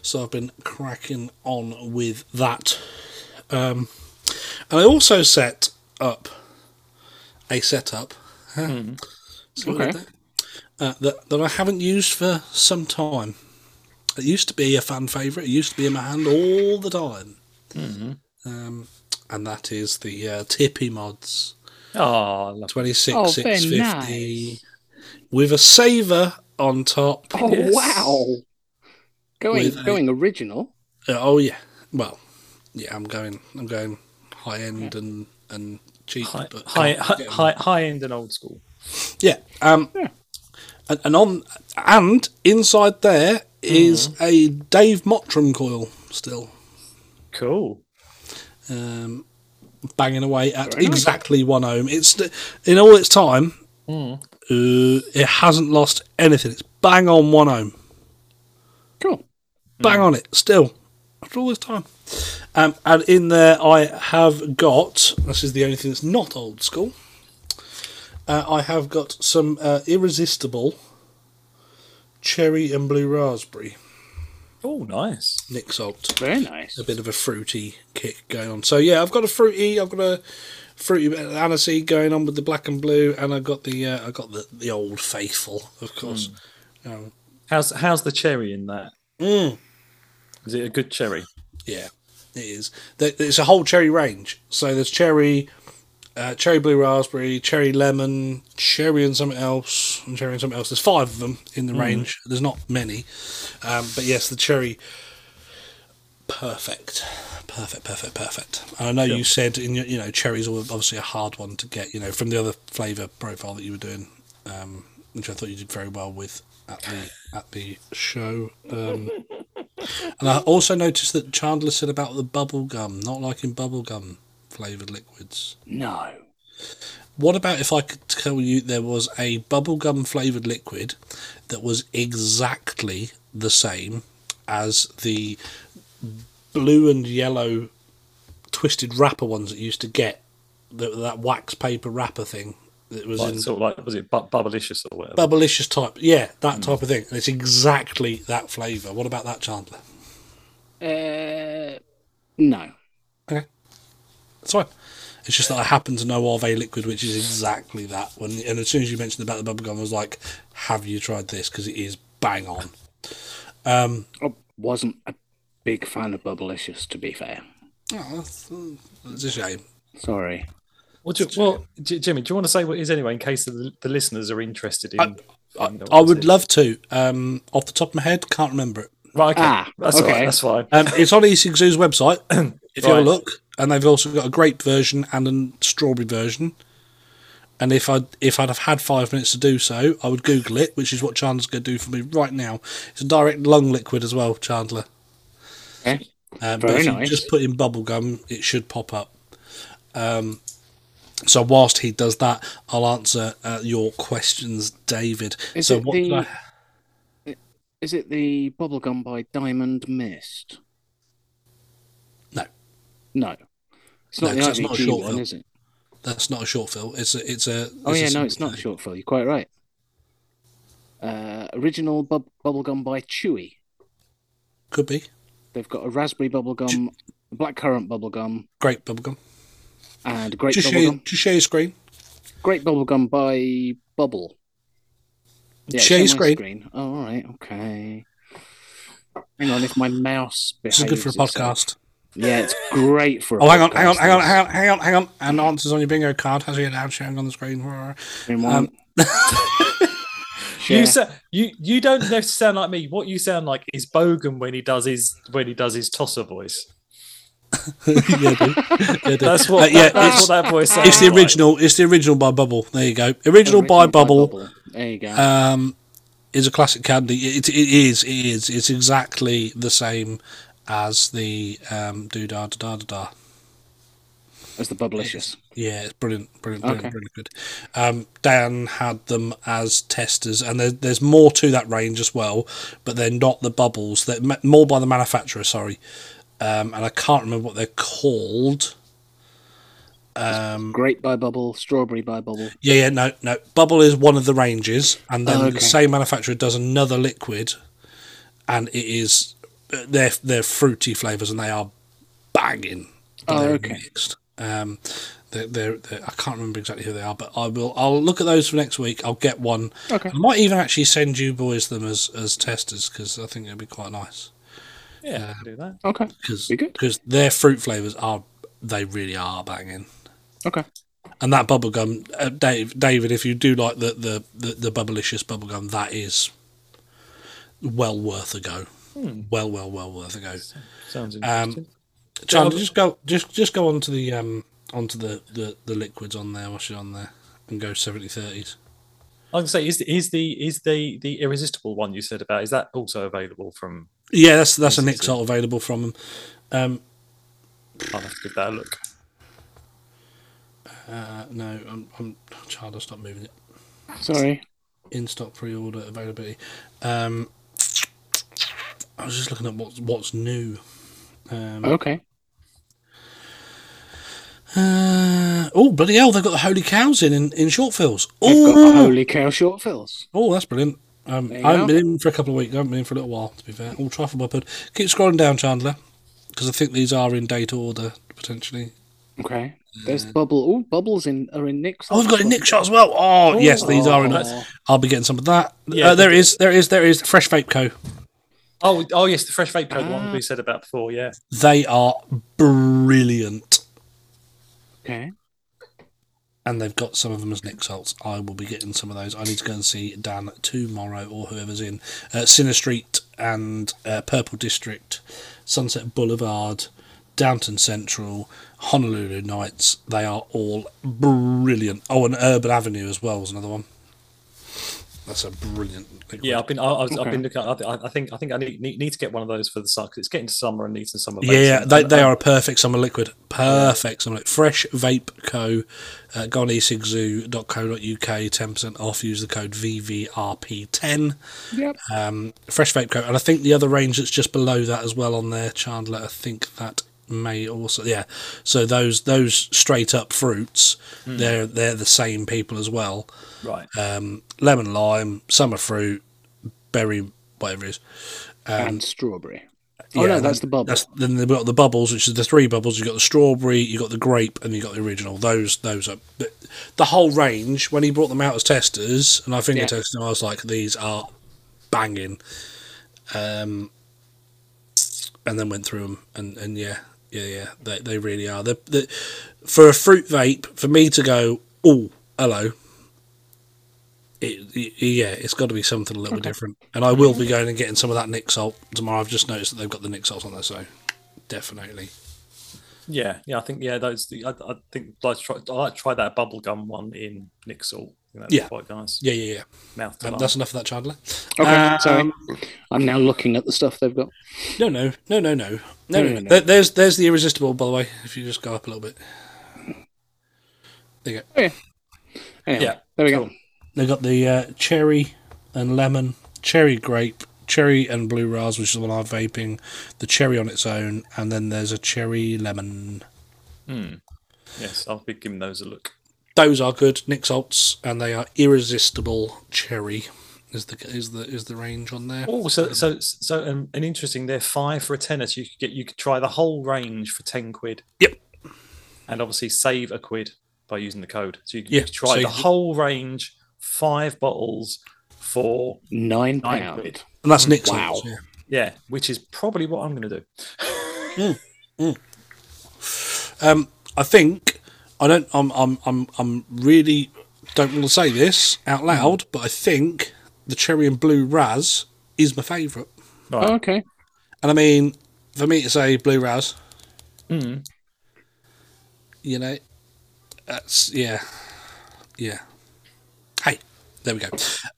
B: So I've been cracking on with that. Um, and I also set up a setup. Huh? See what I
C: Hmm. Okay.
B: did there? Uh, that, that I haven't used for some time. It used to be a fan favourite. It used to be in my hand all the time.
C: Hmm.
B: Um, and that is the uh, Tippy Mods
D: Oh, lovely.
B: 26
C: Oh, very
B: 650
C: nice.
B: with a saver on top.
C: oh
D: Yes.
C: wow. Going,
B: With a-
C: going original.
B: Uh, oh yeah. Well, yeah, I'm going I'm going high end and and cheap
D: High,
B: but
D: high,
B: can't
D: high,
B: get 'em.
D: high, high end and old school.
B: Yeah. Um
C: Yeah.
B: And, and on and inside there is
C: Hmm.
B: a Dave Mottram coil still.
D: Cool.
B: Um banging away at
C: Very nice.
B: exactly 1 ohm. It's th- in all its time
C: Hmm.
B: uh, it hasn't lost anything. It's bang on 1 ohm.
C: Cool.
B: bang on it still after all this time. Um, and in there, I have got this is the only thing that's not old school. Uh, I have got some uh, irresistible cherry and blue raspberry
D: Oh, nice.
B: Nick salt.
C: Very nice.
B: A bit of a fruity kick going on. So yeah, I've got a fruity. I've got a fruity bit of aniseed going on with the black and blue, and I've got the uh, I got the, the old faithful, of course. Um,
D: How's how's the cherry in that?
B: mm.
D: Is it a good cherry?
B: Yeah, it is. There- It's a whole cherry range. So there's cherry, uh, cherry blue raspberry, cherry lemon, cherry and something else, and cherry and something else. There's five of them in the range. There's not many, um, but yes, the cherry. Perfect, perfect, perfect, perfect. And I know you said in your, you know cherries are obviously a hard one to get. You know from the other flavour profile that you were doing, um, which I thought you did very well with at the at the show. Um, and I also noticed that Chandler said about the bubble gum, not liking bubble gum flavoured liquids.
C: No.
B: What about if I could tell you there was a bubblegum flavoured liquid that was exactly the same as the blue and yellow twisted wrapper ones that you used to get, that, that wax paper wrapper thing that was
D: Like,
B: in
D: sort of like was it bu- bubblicious or whatever?
B: bubblicious type. Yeah, that type of thing. And it's exactly that flavour. What about that, Chandler?
C: Uh, no.
B: It's fine. It's just that I happen to know of a liquid which is exactly that. When and as soon as you mentioned about the bubblegum, I was like, "Have you tried this? Because it is bang on."
C: I wasn't a big fan of Bubblicious, to be fair.
B: Oh, that's, that's a shame.
C: Sorry.
D: Well, do, well, J- Jimmy, do you want to say what it is anyway, in case the, the listeners are interested in?
B: I,
D: in what
B: I
D: it
B: would
D: is?
B: love to. Um, off the top of my head, can't remember it.
D: Right, okay.
C: Ah,
D: that's all
C: okay.
D: right. That's fine.
B: Um, it's on Easy Zoo's website. if you have a
D: Right.
B: look, and they've also got a grape version and a strawberry version. And if I if I'd have had five minutes to do so, I would Google it, which is what Chandler's going to do for me right now. It's a direct lung liquid as well, Chandler.
C: Okay.
B: Um, but
C: Very
B: if you
C: nice.
B: just put in bubblegum, it should pop up. Um, so whilst he does that, I'll answer uh, your questions, David.
C: Is
B: so
C: it
B: what
C: the-
B: did I-
C: Is it the Bubblegum by Diamond Mist?
B: No.
C: No. It's
B: No,
C: not
B: 'cause
C: the
B: that's not a
C: IVG
B: short
C: one,
B: film.
C: is it?
B: That's not a short film. It's a it's a.
C: Oh, yeah,
B: a
C: no, it's not
B: simple-
C: a short film. You're quite right. Uh, original bub- Bubblegum by Chewy.
B: Could be
C: They've got a raspberry bubblegum, blackcurrant bubblegum,
B: great bubblegum.
C: and grape
B: Just share, your-
C: bubblegum.
B: just share your screen.
C: Grape bubblegum by Bubble. Yeah,
B: Share your
C: my
B: screen.
C: Oh, all right, okay. Hang on, if my mouse
B: This
C: behaves.
B: is good for a
C: itself-
B: podcast.
C: Yeah, it's great for. a
B: Oh, hang on, hang on,
C: podcast,
B: hang on,
C: this.
B: hang on, hang on, hang on. And answers on your bingo card has been now showing on the screen. Um,
C: Hang on. Share.
D: You sa- you you don't necessarily sound like me. What you sound like is Bogan when he does his when he does his tosser voice.
B: yeah, dude. Yeah, dude.
D: That's what
B: Uh, yeah,
D: that's
B: it's,
D: what that voice sounds
B: it's the
D: like.
B: original. It's the original by Bubble. There you go. Original, by
C: Original
B: Bubble.
C: There you go.
B: um, is a classic candy. It, it is. It is. It's exactly the same as the um, do da da da da da.
C: That's the bubblicious.
B: Yeah, it's brilliant, brilliant, brilliant,
C: Okay.
B: brilliant good. Um, Dan had them as testers, and there, there's more to that range as well, but they're not the bubbles. They're ma- more by the manufacturer, sorry. Um, and I can't remember what they're called.
C: Grape by Bubble, strawberry by Bubble.
B: Yeah, yeah, no, no. Bubble is one of the ranges, and then
C: Oh,
B: the
C: okay.
B: same manufacturer does another liquid, and it is uh, they're they're fruity flavors, and they are banging.
C: Oh,
B: They're
C: okay.
B: mixed. Um, they're, they're, they're, I can't remember exactly who they are, but I will. I'll look at those for next week. I'll get one.
C: Okay.
B: I might even actually send you boys them as as testers because I think it'd be quite nice
D: Yeah, I can do that.
C: Okay.
B: because
C: Be good.
B: because their fruit flavors are they really are banging.
C: Okay.
B: And that bubblegum, uh, Dave, David, if you do like the the the, the bubblicious bubblegum, that is well worth a go.
D: Hmm.
B: Well, well, well worth a go.
D: Sounds
B: Um,
D: interesting.
B: Chandler,
D: I'll-
B: just go, just just go onto the um onto the the, the liquids on there, wash it on there, and go 70-30s.
D: I can say is the, is the is the the irresistible one you said about is that also available from?
B: Yeah, that's that's a
D: Easy
B: Nick
D: to-
B: salt available from them.
D: I'll have to give that a look.
B: Uh, no, I'm, I'm Chandler, stop moving it.
C: Sorry.
B: in stock pre order availability. Um, I was just looking at what's what's new. Um,
C: Okay.
B: Uh, oh, bloody hell, they've got the Holy Cows in in, in short fills.
C: They've
B: Oh,
C: got holy cow short fills.
B: oh, that's brilliant. Um,
C: There
B: I
C: you
B: haven't
C: go.
B: been in for a couple of weeks. I haven't been in for a little while, to be fair. All trifle by pod. Keep scrolling down, Chandler, because I think these are in date order, potentially.
C: Okay. There's the bubble. Oh, bubbles in are in Nick's.
B: Oh, we've got a Nick shot as well. Oh, yes, these are in.
C: Oh.
B: I'll be getting some of that.
D: Yeah.
B: uh, there it is, there it is, there it is. Fresh Vape Co.
D: Oh oh yes, the fresh vape code one we said about before. Yeah,
B: They are brilliant.
C: Okay.
B: and they've got some of them as Nick salts. I will be getting some of those. I need to go and see Dan tomorrow or whoever's in uh, Sinner Street and uh, Purple District, Sunset Boulevard, Downton Central, Honolulu Nights. They are all brilliant. Oh, and Urban Avenue as well was another one. That's a brilliant. liquid.
D: Yeah, I've been. I, I was,
C: Okay.
D: I've been looking. At, I I think. I think I need, need need to get one of those for the sun 'cause it's getting to summer and needs some summer. vapes.
B: Yeah, yeah,
D: And-
B: they,
D: and-
B: they are a perfect summer liquid. Perfect summer liquid. Fresh Vape Co. Uh, go on esigzoo.co.uk, 10% off. Use the code VVRP10.
C: Yep.
B: Um, Fresh Vape Co. And I think the other range that's just below that as well on there, Chandler, I think that may also yeah so those those straight up fruits they're they're the same people as well
D: right.
B: um lemon lime summer fruit berry whatever it is
C: and strawberry. Oh no,
B: and
C: that's the
B: then-
C: bubble.
B: That's, then they've got the bubbles, which is the three bubbles. You've got the strawberry, you've got the grape, and you've got the original. Those those are the, the whole range. When he brought them out as testers, and I finger
C: Yeah.
B: tested them, I was like, these are banging. Um, and then went through them, and, and yeah, yeah, yeah, they, they really are. The, the, for a fruit vape, for me to go, oh, hello. It, it- yeah, it's got to be something a little bit different. And I will be going and getting some of that Nick salt tomorrow. I've just noticed that they've got the Nick salt on there, so definitely.
D: Yeah, yeah. I think yeah. Those. the- I, I think I like to try. I like to try that bubblegum one in Nixel. You know,
B: Yeah.
D: Quite nice.
B: Yeah, yeah,
D: Mouth.
B: yeah.
D: to
B: Um,
D: mouth.
B: that's enough of that, Chandler.
C: Okay,
B: Um,
C: sorry. I'm now looking at the stuff they've got.
B: No, no, no, no, no, no, no,
C: no,
B: no.
C: no.
B: There, there's there's the irresistible. By the way, if you just go up a little bit, there you go.
C: Anyway,
D: Yeah,
C: there we go.
B: They've got the uh, cherry and lemon, cherry grape, cherry and blue ras, which is the one I'm vaping. The cherry on its own, and then there's a cherry lemon.
D: yes, I'll be giving those a look.
B: Those are good Nick salts, and they are irresistible. Cherry is the is the is the range on there.
D: Oh, so so so um, and interesting. They're five for a tenner. So you could get you could try the whole range for ten quid.
B: Yep.
D: And obviously save a quid by using the code. So you could
B: Yeah,
D: try
B: so
D: the
B: you-
D: whole range, five bottles for
C: Nine
D: nine
C: pound.
D: quid.
B: And that's Nick
C: Wow.
B: salts. Yeah.
D: Yeah, which is probably what I'm going to do.
B: Um, I think I don't. I'm. I'm. I'm. I'm really don't want to say this out loud, but I think the cherry and blue raz is my favourite.
C: Oh, okay.
B: And I mean, for me to say blue raz,
C: Hmm.
D: Mm.
B: you know, that's yeah, yeah. Hey, there we go.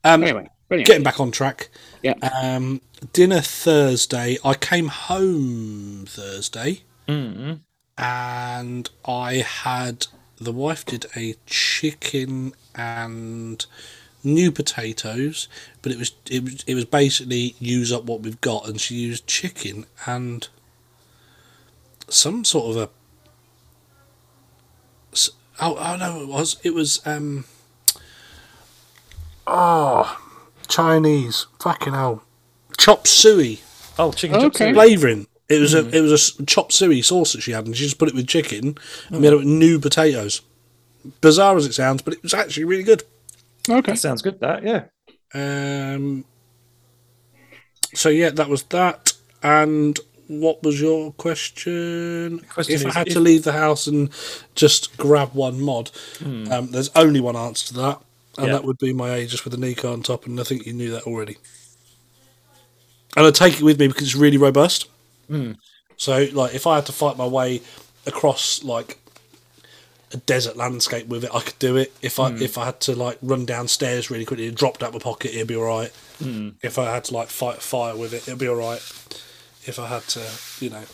B: Um,
C: Anyway, brilliant.
B: getting back on track.
C: Yeah.
B: Um, dinner Thursday. I came home Thursday,
D: Mm.
B: and I had the wife did a chicken and new potatoes, but it was it was it was basically use up what we've got, and she used chicken and some sort of a. s- Oh, oh no! It was it was um. Oh, Chinese fucking hell, chop suey
D: Oh, chicken chop
C: Okay.
D: suey.
B: flavouring. It was
D: Mm.
B: a it was a s- chop suey sauce that she had, and she just put it with chicken and made it with new potatoes. Bizarre as it sounds, but it was actually really good.
C: Okay.
D: That sounds good. That yeah.
B: Um, so yeah, that was that. And what was your question?
D: question
B: if I
D: is
B: had to
D: if-
B: leave the house and just grab one mod, um, there's only one answer to that, and
D: Yeah.
B: that would be my Aegis with the Nikon top, and I think you knew that already. And I take it with me because it's really robust. So like, if I had to fight my way across like a desert landscape with it, I could do it. If I if I had to like run downstairs really quickly and drop it out my pocket, it'd be all right. If I had to like fight fire with it, it'd be all right. If I had to, you know,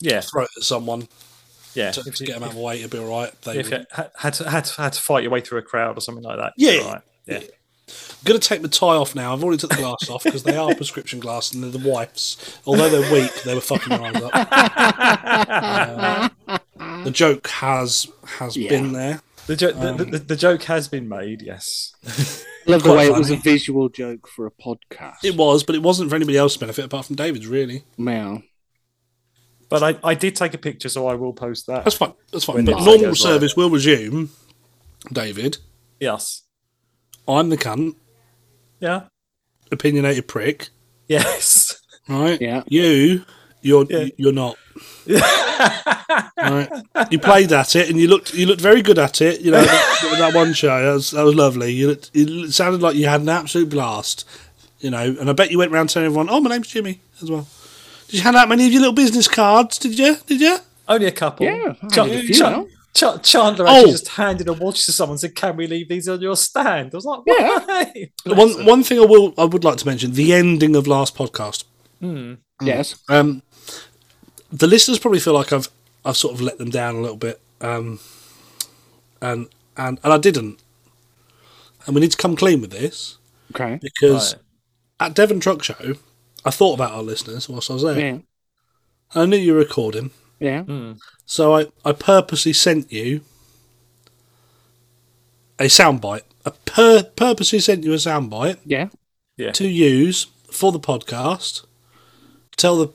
D: Yeah,
B: throw it at someone
D: yeah.
B: to,
D: If
B: to
D: you-
B: get them out of my way, it'd be all right. They
D: if
B: were
D: you had had to, had to had to fight your way through a crowd or something like that.
B: Yeah.
D: you're right. yeah.
B: gonna take my tie off now. I've already took the glass off because they are prescription glass and they're the wife's. Although they're weak, they were fucking their eyes up. Uh, the joke has has
C: Yeah.
B: been there.
D: The, jo- the,
B: Um,
D: the, the joke has been made. Yes.
C: Love the
B: quite
C: way it was a
B: funny.
C: visual joke for a podcast.
B: It was, but it wasn't for anybody else's benefit apart from David's, really. Mm.
C: Meow.
D: But I, I did take a picture, so I will post that.
B: That's fine. That's fine.
D: When
B: but
D: this
B: normal
D: goes
B: service will resume. David,
D: Yes.
B: I'm the cunt,
D: Yeah.
B: opinionated prick,
D: Yes.
B: right?
C: Yeah.
B: You, you're
D: Yeah.
B: you're not. right. You played at it, and you looked you looked very good at it. You know that, that one show that was, that was lovely. You looked, it sounded like you had an absolute blast. You know, and I bet you went round telling everyone, "Oh, my name's Jimmy" as well. Did you hand out many of your little business cards? Did you? Did you?
D: Only a couple.
C: Yeah, I
D: Ch-
C: did a few
D: Ch-
C: now.
D: Ch- Chandler actually
C: Oh.
D: just handed a watch to someone and said, Can we leave these on your stand? I was like, Why?
B: One one thing I will I would like to mention the ending of last podcast.
C: Yes.
B: Um, the listeners probably feel like I've I've sort of let them down a little bit, um, and and and I didn't. And we need to come clean with this
C: Okay.
B: because
D: Right.
B: at Devon Truck Show, I thought about our listeners whilst I was there.
C: Yeah.
B: I knew you were recording,
C: Yeah.
B: so I I purposely sent you a soundbite. I pur- purposely sent you a soundbite
C: Yeah.
B: to use for the podcast. Tell the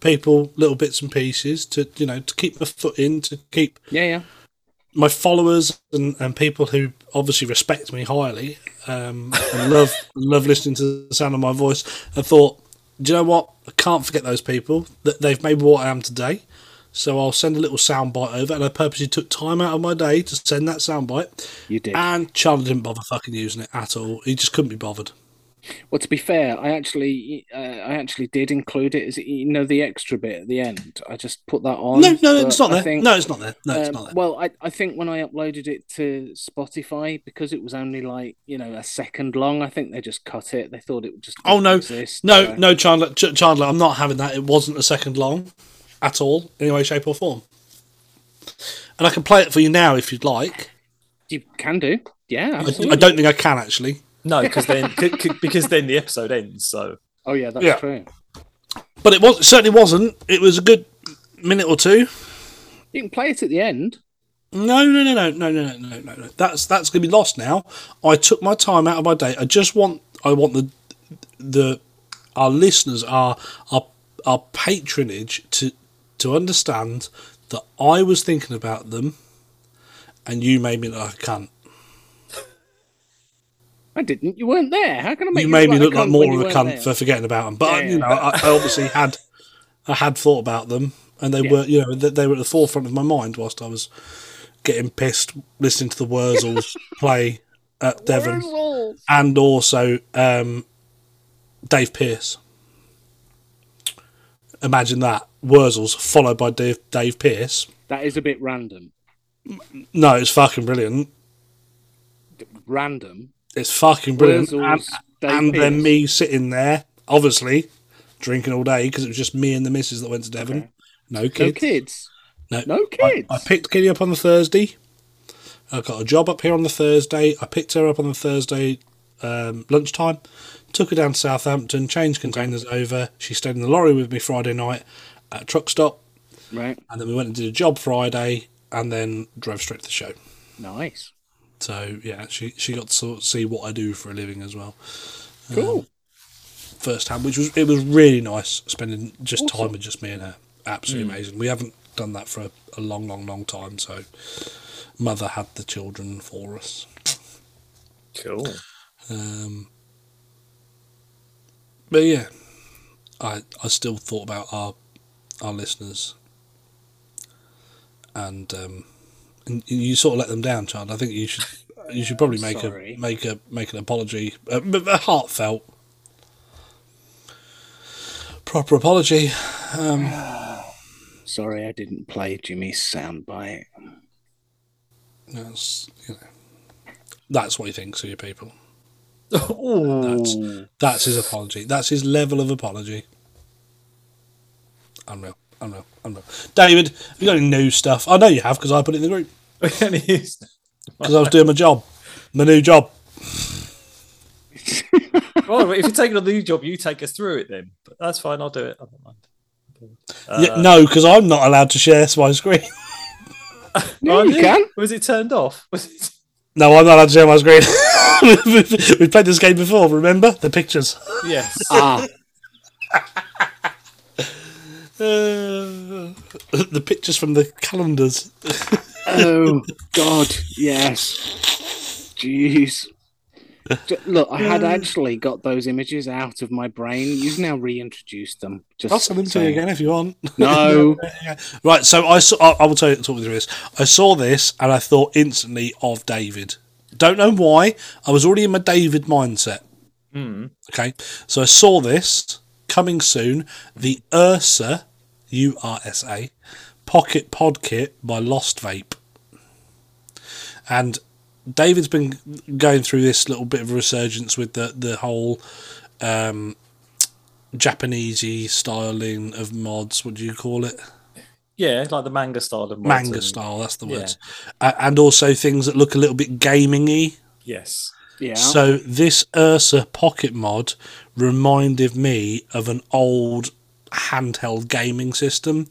B: people little bits and pieces to you know to keep my foot in, to keep
C: Yeah. Yeah.
B: my followers and, and people who obviously respect me highly um, and love love listening to the sound of my voice. And thought, do you know what? I can't forget those people that they've made me what I am today. So I'll send a little soundbite over, and I purposely took time out of my day to send that soundbite.
C: You did.
B: And Charlie didn't bother fucking using it at all. He just couldn't be bothered.
C: Well, to be fair, I actually, uh, I actually did include it as you know the extra bit at the end. I just put that on.
B: No, no,
C: but
B: it's not
C: I
B: there.
C: think-
B: no, it's not there. No, it's
C: um,
B: not there.
C: well, I, I think when I uploaded it to Spotify because it was only like you know a second long, I think they just cut it. They thought it would just
B: Oh no,
C: exist, Uh,
B: no,
C: so-
B: no, Chandler, Ch- Chandler, I'm not having that. It wasn't a second long, at all, in any way, shape, or form. And I can play it for you now if you'd like.
C: you can do yeah
B: I,
C: absolutely.
B: I don't think I can actually.
D: No, because then c- c- because then the episode ends. So
C: oh yeah that's
B: Yeah.
C: true
B: But it was it certainly wasn't. It was a good minute or two.
C: you can play it at the end
B: No, no, no, no, no, no, no, no, no, no. That's that's gonna be lost now. I took my time out of my day. I just want I want the the our listeners, our our our patronage to to understand that I was thinking about them, and you made me look like a cunt.
C: I didn't you weren't there how can I make
B: You made me look
C: a
B: like
C: cunt
B: more
C: when
B: of
C: you
B: a
C: weren't
B: cunt
C: there?
B: for forgetting about them. But I,
C: Yeah,
B: you know, I, I obviously had I had thought about them, and they were you know they, they were at the forefront of my mind whilst I was getting pissed listening to the Wurzels play at Devon.
C: Wurzel.
B: and also um, Dave Pierce. Imagine that Wurzels followed by Dave, Dave Pierce.
C: that is a bit random
B: No, it's fucking brilliant.
C: random
B: It's fucking brilliant.
C: Wurzels,
B: and
C: Dave
B: and then
C: Pierce.
B: me sitting there, obviously drinking all day because it was just me and the missus that went to Devon. No
C: no
B: kids.
C: kids
B: No,
C: no kids
B: I picked Kitty up on the Thursday. I got a job up here on the Thursday. I picked her up on the Thursday um, lunchtime, took her down to Southampton, changed containers over. She stayed in the lorry with me Friday night at a truck stop,
C: right
B: and then we went and did a job Friday, and then drove straight to the show.
C: nice
B: So yeah, she she got to sort of see what I do for a living as well
C: cool
B: first hand, which was it was really nice spending just
C: Awesome.
B: time with just me and her. Absolutely amazing. We haven't done that for a, a long, long, long time. So mother had the children for us.
D: cool.
B: Um, but yeah, I I still thought about our our listeners, and um, and you sort of let them down, child. I think you should you should probably make
C: sorry.
B: a make a make an apology, a, a heartfelt, proper apology.
C: sorry I didn't play Jimmy's soundbite
B: That's you know, that's what he thinks of you people.
D: Ooh.
B: That's his apology. That's his level of apology. Unreal. Unreal. Unreal. David, have you got any new stuff? I know you have because I put it in the group
D: And he's-
B: because I was doing my job, my new job.
D: well, if you're taking on the new job, you take us through it then. But that's fine. I'll do it. I don't mind.
B: yeah, no, because I'm not allowed to share my screen.
C: No,
D: Oh,
C: you
D: yeah.
C: can.
D: Was it turned off? Was it?
B: No, I'm not allowed to share my screen. we played this game before. Remember the pictures?
D: Yes.
C: ah
B: Uh, the pictures from the calendars.
C: Oh God, yes. Jeez. J- Look, I had actually got those images out of my brain. You've now reintroduced them. Just
B: I'll send them to you
C: saying.
B: again if you want.
C: No,
B: Right, so I saw. I, I will tell you, talk you through this. I saw this and I thought instantly of David. Don't know why. I was already in my David mindset. Okay, so I saw this coming soon. The Ursa, U R S A, Pocket Pod Kit by Lost Vape. And David's been going through this little bit of a resurgence with the the whole um, Japanesey styling of mods. What do you call it?
D: Yeah, like the manga style of mods
B: Manga
D: and-
B: style. That's the
D: Yeah.
B: words. Uh, and also things that look a little bit gaming-y.
D: Yes.
C: Yeah.
B: So this Ursa Pocket mod reminded me of an old handheld gaming system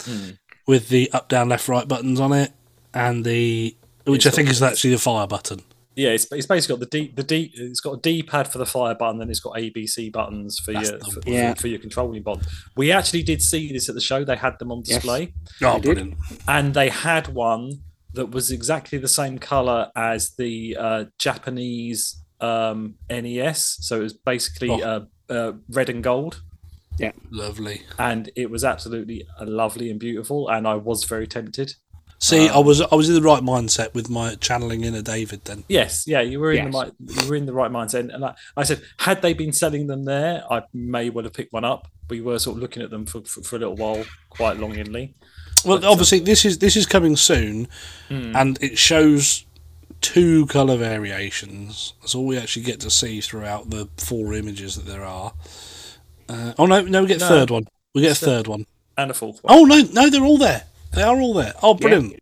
B: with the up, down, left, right buttons on it, and the which I think is actually the fire button.
D: Yeah, it's, it's basically got the D, the D, it's got a D pad for the fire button, then it's got A, B, C buttons for
B: That's
D: your
B: the
D: for,
B: one.
D: for-
C: Yeah.
D: for your controlling button. We actually did see this at the show; they had them on
C: Yes.
D: display,
B: Oh,
C: did.
B: brilliant!
D: and they had one that was exactly the same color as the uh, Japanese um, NES. So it was basically
B: Oh.
D: uh, uh, red and gold,
B: Lovely.
D: and it was absolutely uh, lovely and beautiful. And I was very tempted.
B: See, I was I was in the right mindset with my channeling inner David then.
D: Yes, yeah, you were in the
C: Yes.
D: right, you were in the right mindset. And like I said, had they been selling them there, I may well have picked one up. We were sort of looking at them for, for, for a little while, quite longingly.
B: Well,
D: But, uh,
B: obviously this is this is coming soon, and it shows two color variations. That's all we actually get to see throughout the four images that there are. Uh, oh no, no, we get a
D: No.
B: third one. We get a third one.
D: And a fourth one.
B: Oh no, no, they're all there. They are all there. Oh, brilliant!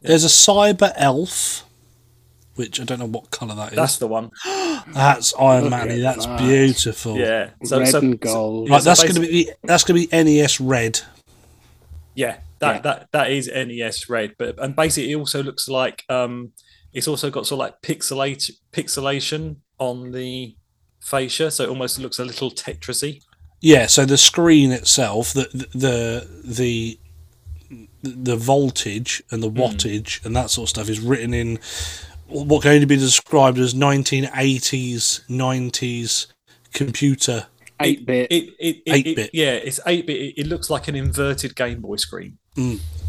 B: There's a cyber elf, which I don't know what color
C: Oh,
B: that is.
D: That's
B: That's,
D: the one.
B: Iron
C: Look
B: Manny.
C: at
B: That's
C: that.
B: beautiful.
D: Yeah. So,
C: oh, Red
D: so-
C: and
D: so-
C: gold.
D: yeah,
B: Right,
D: so
B: that's going to
D: basi-
B: be that's going to be NES red.
D: Yeah, that,
C: Yeah.
D: that that is NES red, but and basically it also looks like um, it's also got sort of like pixelate pixelation on the fascia, so it almost looks a little Tetrisy.
B: Yeah, so the screen itself, the the the the voltage and the wattage and that sort of stuff is written in what can only be described as 1980s 90s computer
C: Eight bit.
D: It, it, it,
B: 8-bit.
D: it yeah, it's eight bit. It, it looks like an inverted Game Boy screen.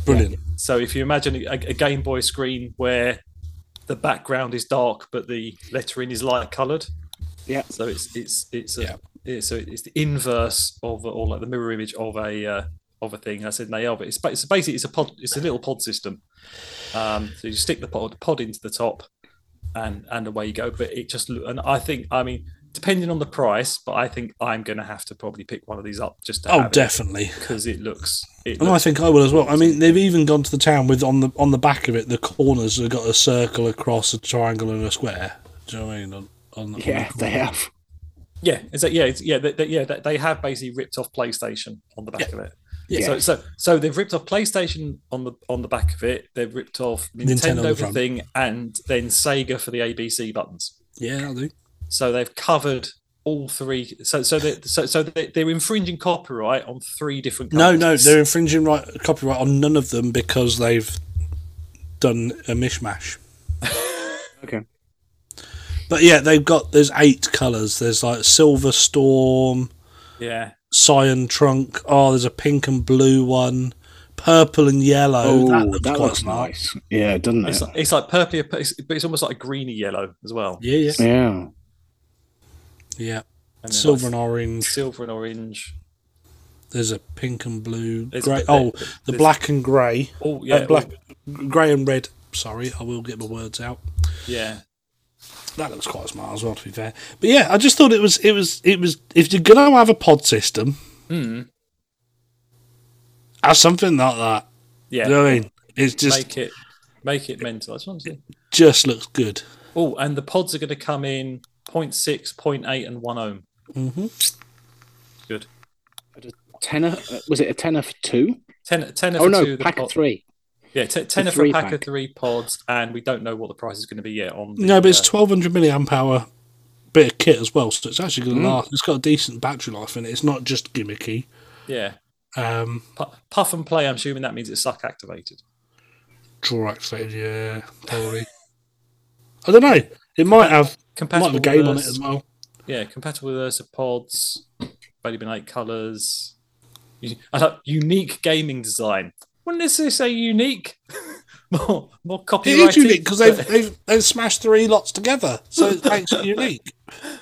B: brilliant
D: So if you imagine a, a Game Boy screen where the background is dark but the lettering is light coloured,
C: Yeah.
D: so it's it's it's a,
B: Yeah.
D: it's- so it's the inverse of or like the mirror image of a uh, of a thing. I said they are, but it's, ba- it's basically it's a pod, it's a little pod system. Um, so you stick the pod pod into the top, and and away you go. But it just loo- and I think I mean depending on the price, but I think I'm going to have to probably pick one of these up just to
B: oh
D: have
B: definitely
D: because it looks it
B: and I
D: looks
B: think I will as well I mean they've even gone to the town with on the on the back of it the corners have got a circle across a triangle and a square do you know what I mean on, on, the-
C: Yeah, they have.
D: Yeah, is that yeah, it's, yeah, they, they, yeah. They they have basically ripped off PlayStation on the back of it.
B: Yeah.
D: So so so they've ripped off PlayStation on the on the back of it. They've ripped off
B: Nintendo on the
D: Nintendo, for
B: front.
D: thing, and then Sega for the ABC buttons.
B: yeah that'll do
D: So they've covered all three. So so they so so they, they're infringing copyright on three different.
B: No,
D: Companies.
B: no, they're infringing right, copyright on none of them because they've done a mishmash.
C: Okay.
B: But yeah, they've got there's eight colours. There's like silver storm,
D: yeah.
B: cyan trunk. Oh, there's a pink and blue one, purple and yellow.
C: Oh,
B: that looks quite smart.
C: nice. Yeah, doesn't it?
D: It's like, it's like purpley, but it's, but it's almost like a greeny yellow as well.
B: Yeah, yeah,
C: yeah.
B: yeah.
D: And then
B: Silver
D: like
B: and orange.
D: silver and orange.
B: There's a pink and blue.
D: There's-
B: Grey.
D: there-
B: Oh, the
D: there's-
B: black and grey.
D: Oh yeah,
B: Yeah,
D: all-
B: black, grey and red. Sorry, I will get my words out.
D: yeah.
B: that looks quite smart as well to be fair but yeah i just thought it was it was it was if you're gonna have a pod system
D: Hmm,
B: have something like that
D: Yeah.
B: you know what i mean it's just
D: Make it make it mental. I just want to see.
B: just looks good
D: Oh, and the pods are going to come in 0.6, 0.8, and 1 ohm. Mm-hmm. Good.
C: Tenner. uh, Was it a tenner for two?
D: 10, 10
C: Oh
D: for
C: no,
D: two. the
C: pack
D: pod-
C: of three.
D: Yeah, t- 10
C: The
D: for a
C: three
D: pack
C: pack.
D: of three pods, and we don't know what the price is going to be yet. On the,
B: no but
D: uh,
B: it's 1200 milliamp hour bit of kit as well so it's actually gonna last it's got a decent battery life in it it's not just gimmicky
D: yeah.
B: um
D: Pu- puff and play, I'm assuming that means it's suck activated.
B: draw activated yeah probably i don't know it might have might
D: Compatible
B: have a game on
D: with
B: it
D: Ursa-
B: as well
D: Yeah, compatible with Ursa pods, only been eight colors. I like unique gaming design. Wouldn't this say unique? more more
B: It
D: copyrighted.
B: is unique because they've,
D: but-
B: they've they've smashed three lots together, so it makes it unique.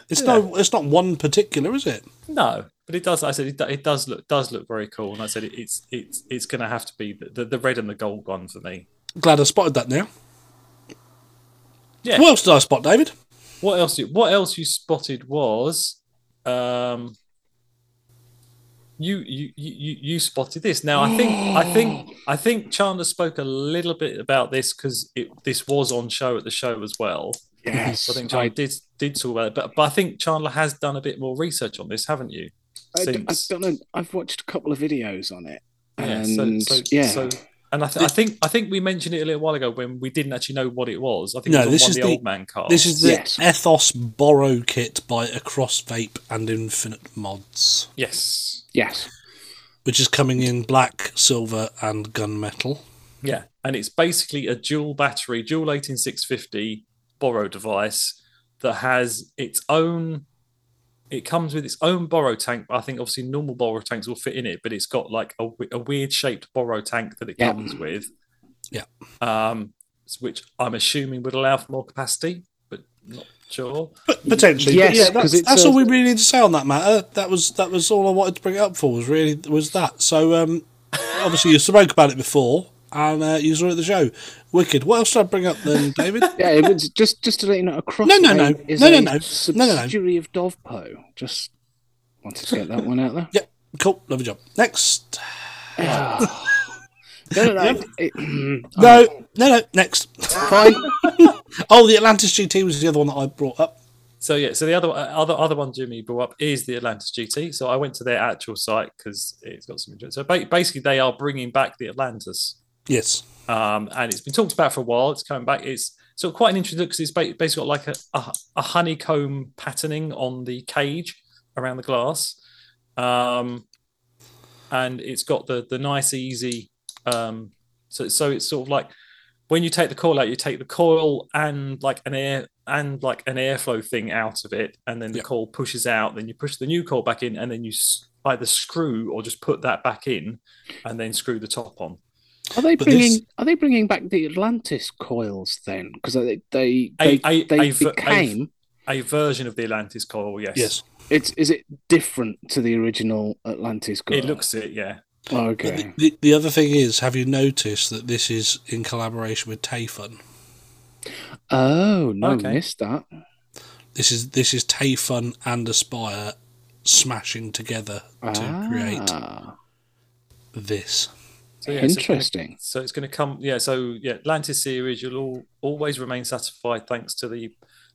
B: It's no, it's not one particular, is it?
D: No, but it does. I said it, do- it does look does look very cool, and I said it, it's it's it's going to have to be the, the the red and the gold one for me.
B: Glad I spotted that now.
D: Yeah.
B: What else did I spot, David?
D: What else? You, what else you spotted was, um, you you you you- you spotted this. Now I think I think I think Chandler spoke a little bit about this because it this was on show at the show as well.
C: Yes.
D: I think
C: I,
D: Chandler did did talk about it, but but I think Chandler has done a bit more research on this, haven't you?
C: I d- I
D: Since-
C: don't know. I've watched a couple of videos on it.
D: yeah,
C: And,
D: so, so,
C: yeah.
D: so and I, th- I think I think we mentioned it a little while ago when we didn't actually know what it was. I think
B: No,
D: it was on
B: this
D: one
B: is
D: of
B: the-
D: the old man cars.
B: This is the
C: Yes.
B: Ethos Borrow Kit by Across Vape and Infinite Mods,
D: yes,
C: yes.
B: which is coming in black, silver, and gunmetal.
D: Yeah, and it's basically a dual battery, dual 18650 borrow device that has its own. It comes with its own borrow tank. I think obviously normal borrow tanks will fit in it, but it's got like a, w- a weird shaped borrow tank that it
C: Yeah.
D: comes with.
B: Yeah.
D: Um, s- which I'm assuming would allow for more capacity, but not sure.
B: Potentially,
C: Yes,
B: but yeah,
C: 'cause
B: that's,
C: it's
B: that's
C: a-
B: all we really need to say on that matter. That was that was all I wanted to bring it up for. Was really was that. So um, obviously you spoke about it before, and uh, you saw it at the show. Wicked. What else did I bring up then, David?
C: Yeah, it was just just to let you know, across
B: No, no, no.
C: is
B: No, no,
C: a
B: no. No, no, no.
C: subsidiary of Dovpo. Just wanted to get that one out there.
B: yep. Cool. Lovely job. Next.
C: No, no, no. it-
B: No, no, no. Next.
C: Oh, fine.
B: Oh, the Atlantis GT was the other one that I brought up.
D: So yeah, so the other uh, other other one Jimmy brought up is the Atlantis GT. So I went to their actual site because it's got some. interest. So ba- basically, they are bringing back the Atlantis.
B: Yes.
D: um, and it's been talked about for a while. It's coming back. It's sort of quite an interesting because it's ba- basically got like a, a, a honeycomb patterning on the cage around the glass, um, and it's got the the nice easy. Um, so so it's sort of like when you take the coil out, you take the coil and like an air and like an airflow thing out of it, and then the
B: Yeah.
D: coil pushes out. Then you push the new coil back in, and then you s- either screw or just put that back in, and then screw the top on.
C: Are they
B: But
C: bringing
B: this-
C: Are they bringing back the Atlantis coils then? Because they they
D: A-
C: they,
D: a-
C: they
D: a ver- a-
C: became.
D: a version of the Atlantis coil. Yes.
B: Yes.
C: it's is it different to the original Atlantis coil?
D: It looks it. Yeah.
C: Oh,
B: But
C: okay.
B: The, the, the other thing is, have you noticed that this is in collaboration with Tayfun?
C: Oh no,
D: Okay.
C: missed that.
B: This is this is Tayfun and Aspire smashing together to create
C: Ah,
B: this.
D: So, yeah, so it's gonna-
C: interesting.
D: So it's going to come. Yeah. So yeah, Atlantis series. You'll all, always remain satisfied thanks to the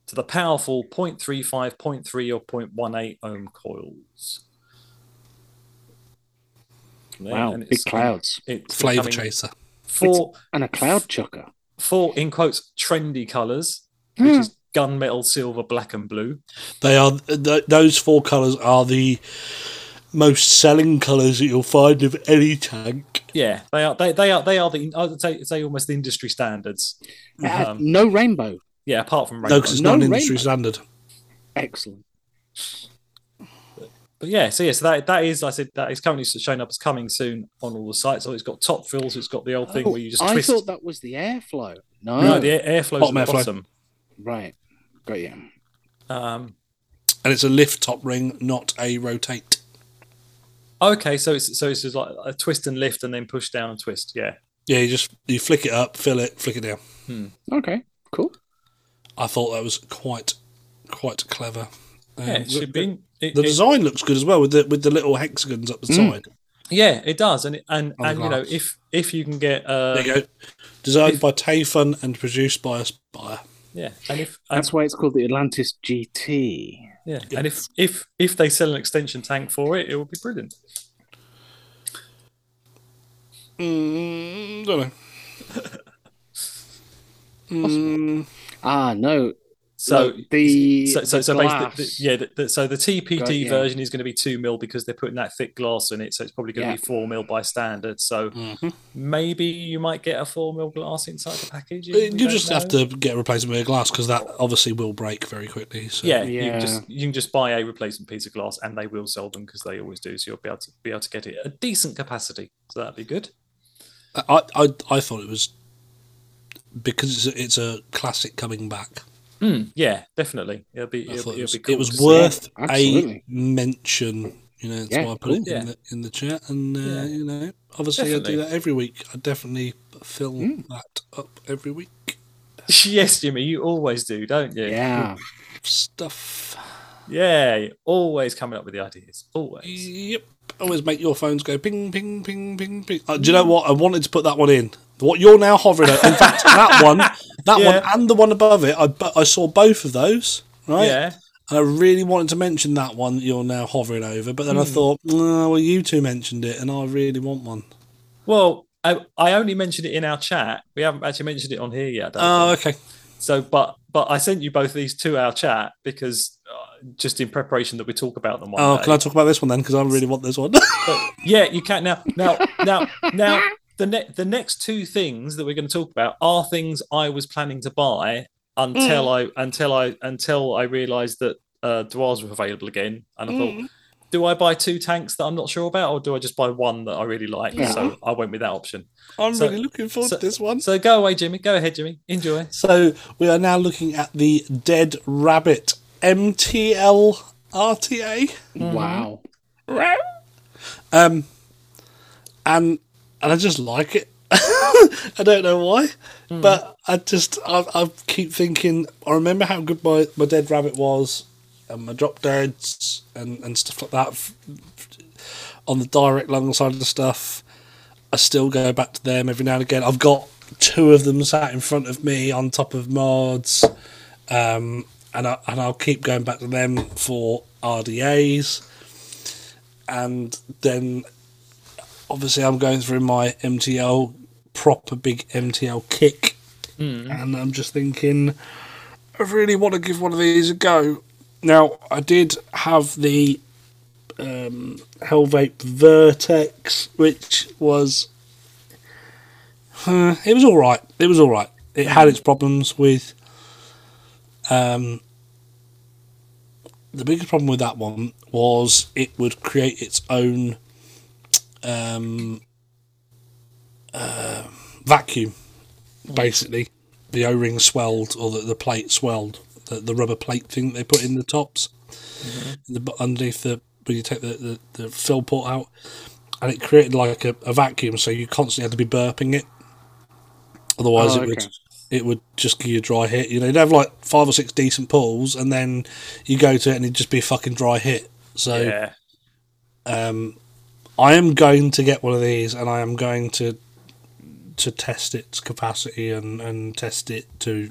D: to the powerful 0.35, 0.3, or 0.18 ohm coils. Yeah,
C: wow,
D: and
C: big
D: it's-
C: clouds
D: It's
B: Flavor
D: becoming
B: Chaser.
D: Four
C: and a cloud chucker.
D: four in quotes trendy colours,
C: Hmm.
D: which is gunmetal, silver, black, and blue.
B: They are th- those four colours are the most selling colours that you'll find of any tank.
D: Yeah, they are. They, they are. They are the. I would say, say almost the industry standards.
C: Uh,
D: Um,
C: no rainbow.
D: Yeah, apart from
B: No,
D: rainbow.
B: because it's
C: No
B: not an industry
C: rainbow.
B: standard.
C: Excellent.
D: But yeah, so yeah, so that that is, I said, that is currently showing up as coming soon on all the sites. So it's got top fills, it's got the old thing
C: Oh,
D: where you just
C: I
D: twist.
C: thought that was the airflow. No,
D: no, the air- airflow's
B: Bottom
D: at the
B: airflow.
D: bottom.
C: right. Got you.
D: Um,
B: And it's a lift top ring, not a rotate.
D: okay, so it's so it's just like a twist and lift, and then push down and twist. Yeah,
B: Yeah, you just you flick it up, fill it, flick it down.
C: Okay. Cool.
B: I thought that was quite quite clever. Um,
D: yeah, it
B: the-
D: should be. It,
B: The
D: it-
B: design looks good as well with the with the little hexagons up the side.
D: yeah, it does, and it- and
B: On the
D: and you know,
B: glass.
D: if if you can get, uh,
B: There you go. Designed by Tayfun and produced by Aspire.
D: yeah, and if and,
C: That's why it's called the Atlantis GT.
D: yeah, and if if if they sell an extension tank for it, it would be brilliant.
B: Mm, don't know.
C: Ah, no.
D: So
C: Look, the
D: so so,
C: the
D: so
C: glass.
D: basically, yeah. The, the, so the TPD
C: Got you.
D: version is going to be two mil because they're putting that thick glass in it, so it's probably going to
C: Yeah.
D: be four mil by standard. So
B: Mm-hmm.
D: maybe you might get a four mil glass inside the package.
B: Uh, You just have to get a replacement with glass because that obviously will break very quickly. So.
D: Yeah, you
C: Yeah.
D: can just you can just buy a replacement piece of glass, and they will sell them because they always do. So you'll be able to be able to get it at decent capacity. So that'd be good.
B: I, I I thought it was because it's a, it's a classic coming back.
D: Hmm, yeah, definitely. It'll be
B: I
D: it'll,
B: thought
D: be-
B: it was,
D: it'll be
B: it
D: cool to
B: was
D: see.
B: worth a
C: absolutely.
B: mention. You know, that's
C: Yeah,
B: why I put it
D: cool.
B: in, the, in the chat. And uh,
D: Yeah.
B: you know, obviously I do
D: Definitely. Hmm.
B: that every week. I definitely fill that up every week.
D: yes, Jimmy, you always do, don't you?
C: Yeah.
B: Stuff.
D: Yeah, always coming up with the ideas. Always.
B: Yep. Always make your phones go ping, ping, ping, ping, ping. Uh, do you know what? I wanted to put that one in. What you're now hovering at. In fact, that one, that
D: Yeah.
B: one, and the one above it, I, bu- I saw both of those. Right.
D: Yeah.
B: And I really wanted to mention that one that you're now hovering over, but then I thought, "Nah, well, you two mentioned it, and I really want one.
D: Well, I, I only mentioned it in our chat. We haven't actually mentioned it on here yet. I don't
B: Oh, okay.
D: So, but but I sent you both these to our chat because uh, just in preparation that we talk about them. one
B: Oh,
D: day.
B: can I talk about this one then? Because I really want this one.
D: But, yeah, you can now. Now, now, now. The ne- the next two things that we're going to talk about are things I was planning to buy until
B: Mm.
D: I until I until I realised that uh, Dwars were available again, and I
B: Mm.
D: thought, do I buy two tanks that I'm not sure about, or do I just buy one that I really like?
C: Yeah.
D: So I went with that option.
B: I'm
D: So-
B: really looking forward
D: so-
B: to this one.
D: Um, So go away, Jimmy. Go ahead, Jimmy. Enjoy.
B: So we are now looking at the Dead Rabbit MTL RTA.
D: Mm-hmm.
C: Wow.
B: Um, and and I just like it. I don't know why, but I just I, I keep thinking. I remember how good my, my dead rabbit was, and my drop deads and and stuff like that f- f- on the direct long side of the stuff. I still go back to them every now and again. I've got two of them sat in front of me on top of mods, um, and I, and I'll keep going back to them for RDAs and then obviously I'm going through my MTL proper big MTL kick, and I'm just thinking I really want to give one of these a go. Now I did have the um, Hellvape Vertex, which was uh, it was all right. It was all right. It had its problems with um, the biggest problem with that one was it would create its own um, uh, vacuum, basically. The O ring swelled, or the, the plate swelled, the, the rubber plate thing that they put in the tops,
C: Mm-hmm.
B: the bu- underneath the when you take the, the, the fill port out, and it created like a, a vacuum, so you constantly had to be burping it. Otherwise,
C: Oh,
B: it would
C: okay.
B: it would just give you a dry hit. You know, you'd have like five or six decent pulls, and then you go to it and it'd just be a fucking dry hit. So
D: Yeah.
B: um, I am going to get one of these, and I am going to to test its capacity and, and test it to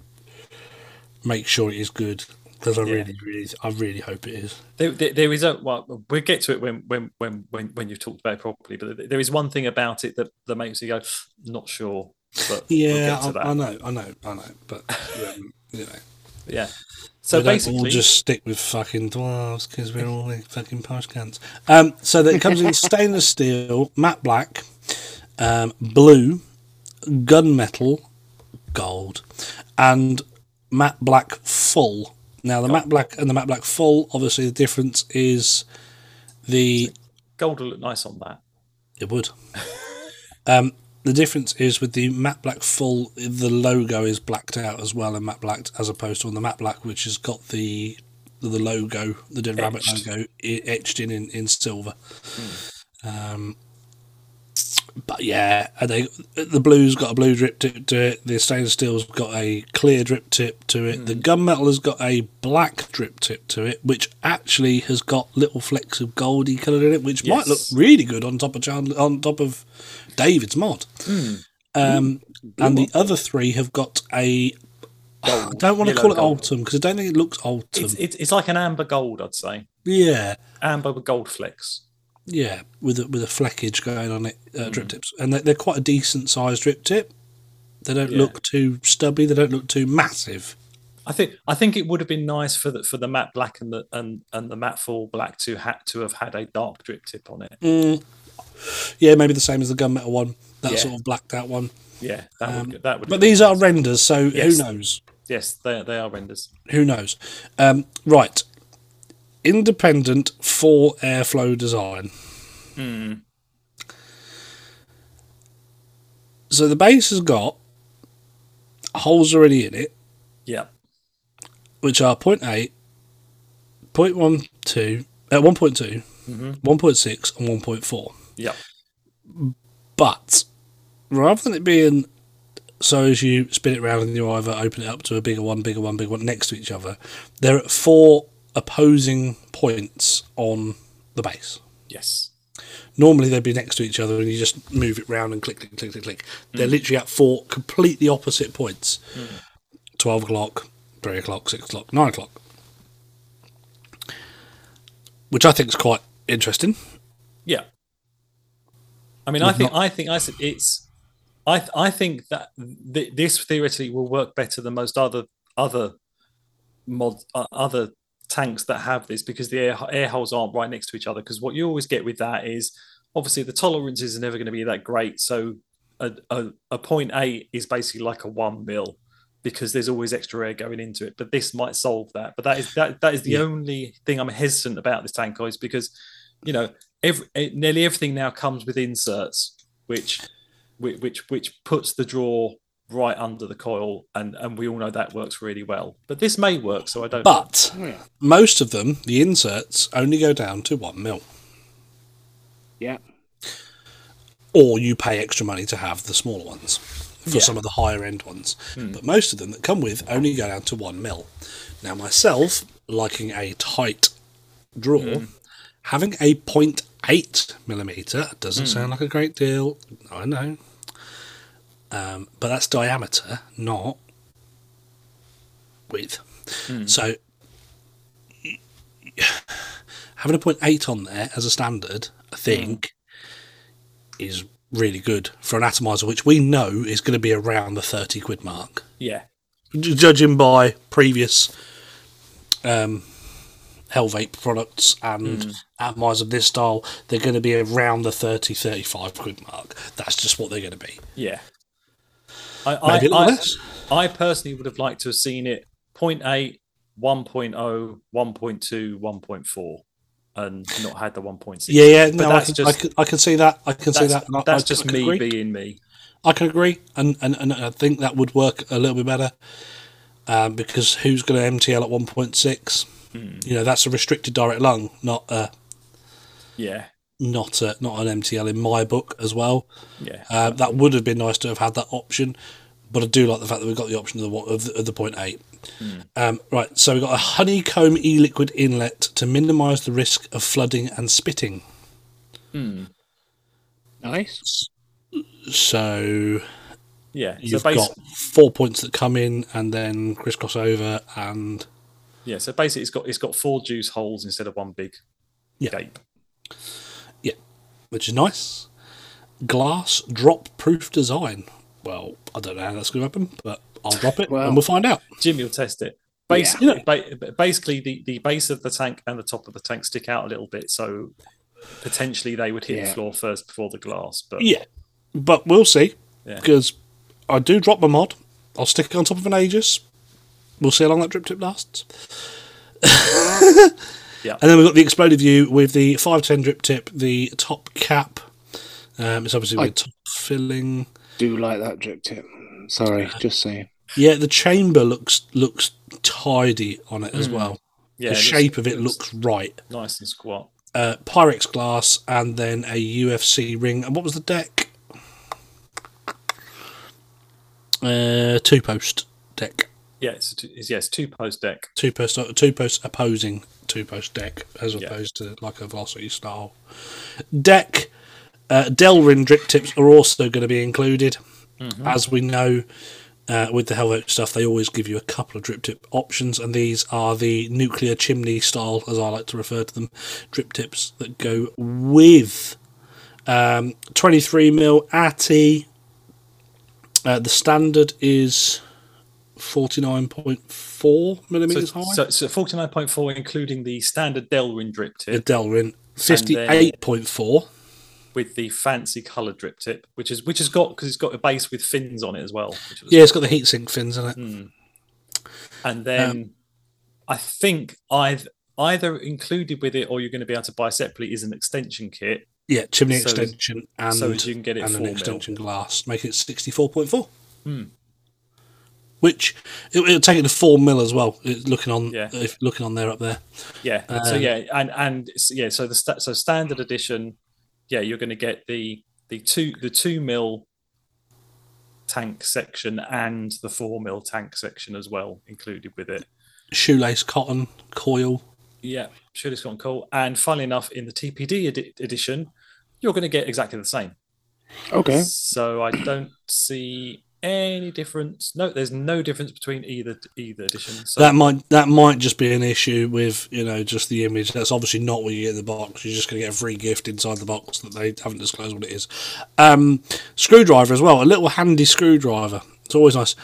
B: make sure it is good. Because I
D: Yeah.
B: really, really, I really hope it is.
D: There, there, there is a well, we'll get to it when when when when when you've talked about it properly. But there- there is one thing about it that that makes you go, not sure. But we'll
B: Yeah,
D: get to that.
B: I, I know, I know, I know. But um, you know,
D: yeah.
B: so
D: So
B: we basically, don't all
D: basically,
B: just stick with fucking dwarves because we're all like fucking posh cans. Um, so that it comes in stainless steel, matte black, um, blue, gunmetal, gold, and matte black full. Now the matte black and the matte black full, obviously the difference is the
D: gold will look nice on that.
B: it would. um, the difference is with the matte black full, the logo is blacked out as well and matte blacked, as opposed to on the matte black, which has got the the logo, the Dead Rabbit
D: Etched.
B: logo, i- etched in in, in silver. Um, but yeah, and they, the blue's got a blue drip tip to it. The stainless steel's got a clear drip tip to it.
D: Hmm.
B: The gunmetal has got a black drip tip to it, which actually has got little flecks of goldy colour in it, which might look
D: Yes.
B: really good on top of Chandler, on top of David's mod.
D: Hmm.
B: Um, and the other three have got a. I don't want to
D: yellow
B: call it
D: gold.
B: autumn because I don't think it looks autumn.
D: It's, it's it's like an amber gold, I'd say.
B: yeah.
D: Amber with gold flecks.
B: Yeah, with a, with a fleckage going on it, uh,
D: Mm.
B: drip tips, and they're, they're quite a decent sized drip tip. They don't
D: Yeah.
B: look too stubby. They don't look too massive.
D: I think I think it would have been nice for the for the matte black and the and and the matte full black to had to have had a dark drip tip on it.
B: Yeah, maybe the same as the gunmetal one, that
D: Mm. Yeah.
B: sort of blacked out one.
D: Yeah, that would that would.
B: But these are renders, so
D: Yes.
B: who knows?
D: yes, they they are renders.
B: Who knows? Um, right, independent for airflow design.
D: Mm.
B: So the base has got holes already in it.
D: Yeah,
B: which are 0.8, 0.12, uh, 1.2, 1.6, and 1.4.
D: yeah,
B: But rather than it being So as you spin it round and you either open it up to a bigger one, bigger one, bigger one next to each other, they're at four opposing points on the base.
D: Yes.
B: Normally they'd be next to each other, and you just move it round and click, click, click, click, click. They're literally at four completely opposite points: twelve o'clock, three o'clock, six o'clock, nine o'clock. Which I think is quite interesting.
D: Yeah. I mean, I think I think I said it's. I th- I think that th- this theoretically will work better than most other other mod uh, other tanks that have this because the air, air holes aren't right next to each other. Because what you always get with that is obviously the tolerances are never going to be that great. So a, a, a point eight is basically like a one mil because there's always extra air going into it. But this might solve that. But that is that that is the only thing I'm hesitant about this tank is because you know every eh, nearly everything now comes with inserts which whi- which which puts the draw right under the coil and and we all know that works really well but this may work so i don't
B: But
C: Oh, yeah.
B: most of them, the inserts, only go down to one mil,
C: Yeah.
B: or you pay extra money to have the smaller ones for
D: Yeah.
B: some of the higher end ones. But most of them that come with only go down to one mil. Now, myself, liking a tight draw, having a 0.8 millimeter doesn't sound like a great deal. I know. Um, but that's diameter, not width. So having a 0.8 on there as a standard, I think, is really good for an atomizer, which we know is going to be around the 30 quid mark,
D: yeah
B: J- judging by previous um, Hell Vape products and atomizers of this style. They're going to be around the 30, 35 quid mark. That's just what they're going to be.
D: yeah i
B: Maybe a
D: I,
B: little
D: I,
B: less.
D: I personally would have liked to have seen it 0.8 1.0 1.2 1.4 and not had the 1.6
B: Yeah, yeah, no, I,
D: that's
B: can, I,
D: just-
B: can, I can see that. I can see
D: that's,
B: that. and I-
D: that's
B: I-
D: just
B: I can
D: me
B: agree.
D: being me
B: I can agree, and, and, and I think that would work a little bit better um, because who's going to MTL at 1.6? You know, that's a restricted direct lung, not a
D: yeah
B: not a, not an MTL in my book as well.
D: yeah
B: Uh, that would have been nice to have had that option, but I do like the fact that we've got the option of the one- of the, of the point eight. Um, right, so we've got a honeycomb e-liquid inlet to minimise the risk of flooding and spitting.
C: Nice.
B: So
D: yeah
B: you've
D: so basically
B: got four points that come in and then crisscross over and
D: Yeah, so basically, it's got it's got four juice holes instead of one big
B: Yeah.
D: gape.
B: Yeah, which is nice. Glass drop proof design. Well, I don't know how that's going to happen, but I'll drop it
C: Well-
B: and we'll find out.
D: Jim, you'll test it.
C: Yeah.
D: Basically, ba- basically the, the base of the tank and the top of the tank stick out a little bit, so potentially they would hit the
C: Yeah.
D: floor first before the glass. But
B: Yeah, but we'll see
D: Yeah.
B: because I do drop my mod. I'll stick it on top of an Aegis. We'll see how long that drip tip lasts.
D: Yeah.
B: And then we've got the exploded view with the 510 drip tip, the top cap. Um, it's obviously
C: I-
B: with top filling.
C: Do like that drip tip. Sorry, just saying.
B: Yeah, the chamber looks looks tidy on it as well.
D: Mm.
B: the
D: yeah, it looks-
B: shape of it looks right.
D: nice and squat.
B: uh, Pyrex glass and then a UFC ring. And what was the deck? Uh, two post deck.
D: Yeah, it's, a two, it's yes, two post deck.
B: Two post, two post opposing two post deck as
D: Yeah.
B: opposed to like a velocity style deck. Uh, Delrin drip tips are also going to be included,
D: Mm-hmm.
B: as we know. Uh, with the Helvet stuff, they always give you a couple of drip tip options, and these are the nuclear chimney style, as I like to refer to them, drip tips that go with um, 23 mil ATI. Uh, the standard is 49.4
D: So,
B: millimeters high.
D: so, so forty nine point four, including the standard Delrin drip
B: the
D: tip
B: Delrin 58.4.
D: with the fancy colour drip tip, which is which has got because it's got a base with fins on it as well. Which was
B: Yeah, it's got the heatsink fins in it.
D: and then
B: Um,
D: I think I've either included with it or you're going to be able to buy separately is an extension kit.
B: Yeah, chimney
D: So-
B: extension and
D: so you can get it
B: and an
D: four mil. Hmm.
B: extension glass, making it sixty four point four. Which it, it'll take it to four mil as well. It, looking on,
D: Yeah.
B: if looking on there up there.
D: Yeah. so yeah, and and s- yeah, so the sta- so standard edition, yeah, you're going to get the the two the two mil tank section and the four mil tank section as well included with it.
B: Shoelace, cotton, coil.
D: Yeah, sure, it's gone cool. And funnily enough, in the TPD edi- edition, you're going to get exactly the same.
C: Okay.
D: So I don't see any difference. No, there's no difference between either either edition. So
B: That might that might just be an issue with you know just the image. That's obviously not what you get in the box. You're just going to get a free gift inside the box that they haven't disclosed what it is. Um, screwdriver as well, a little handy screwdriver. It's always nice.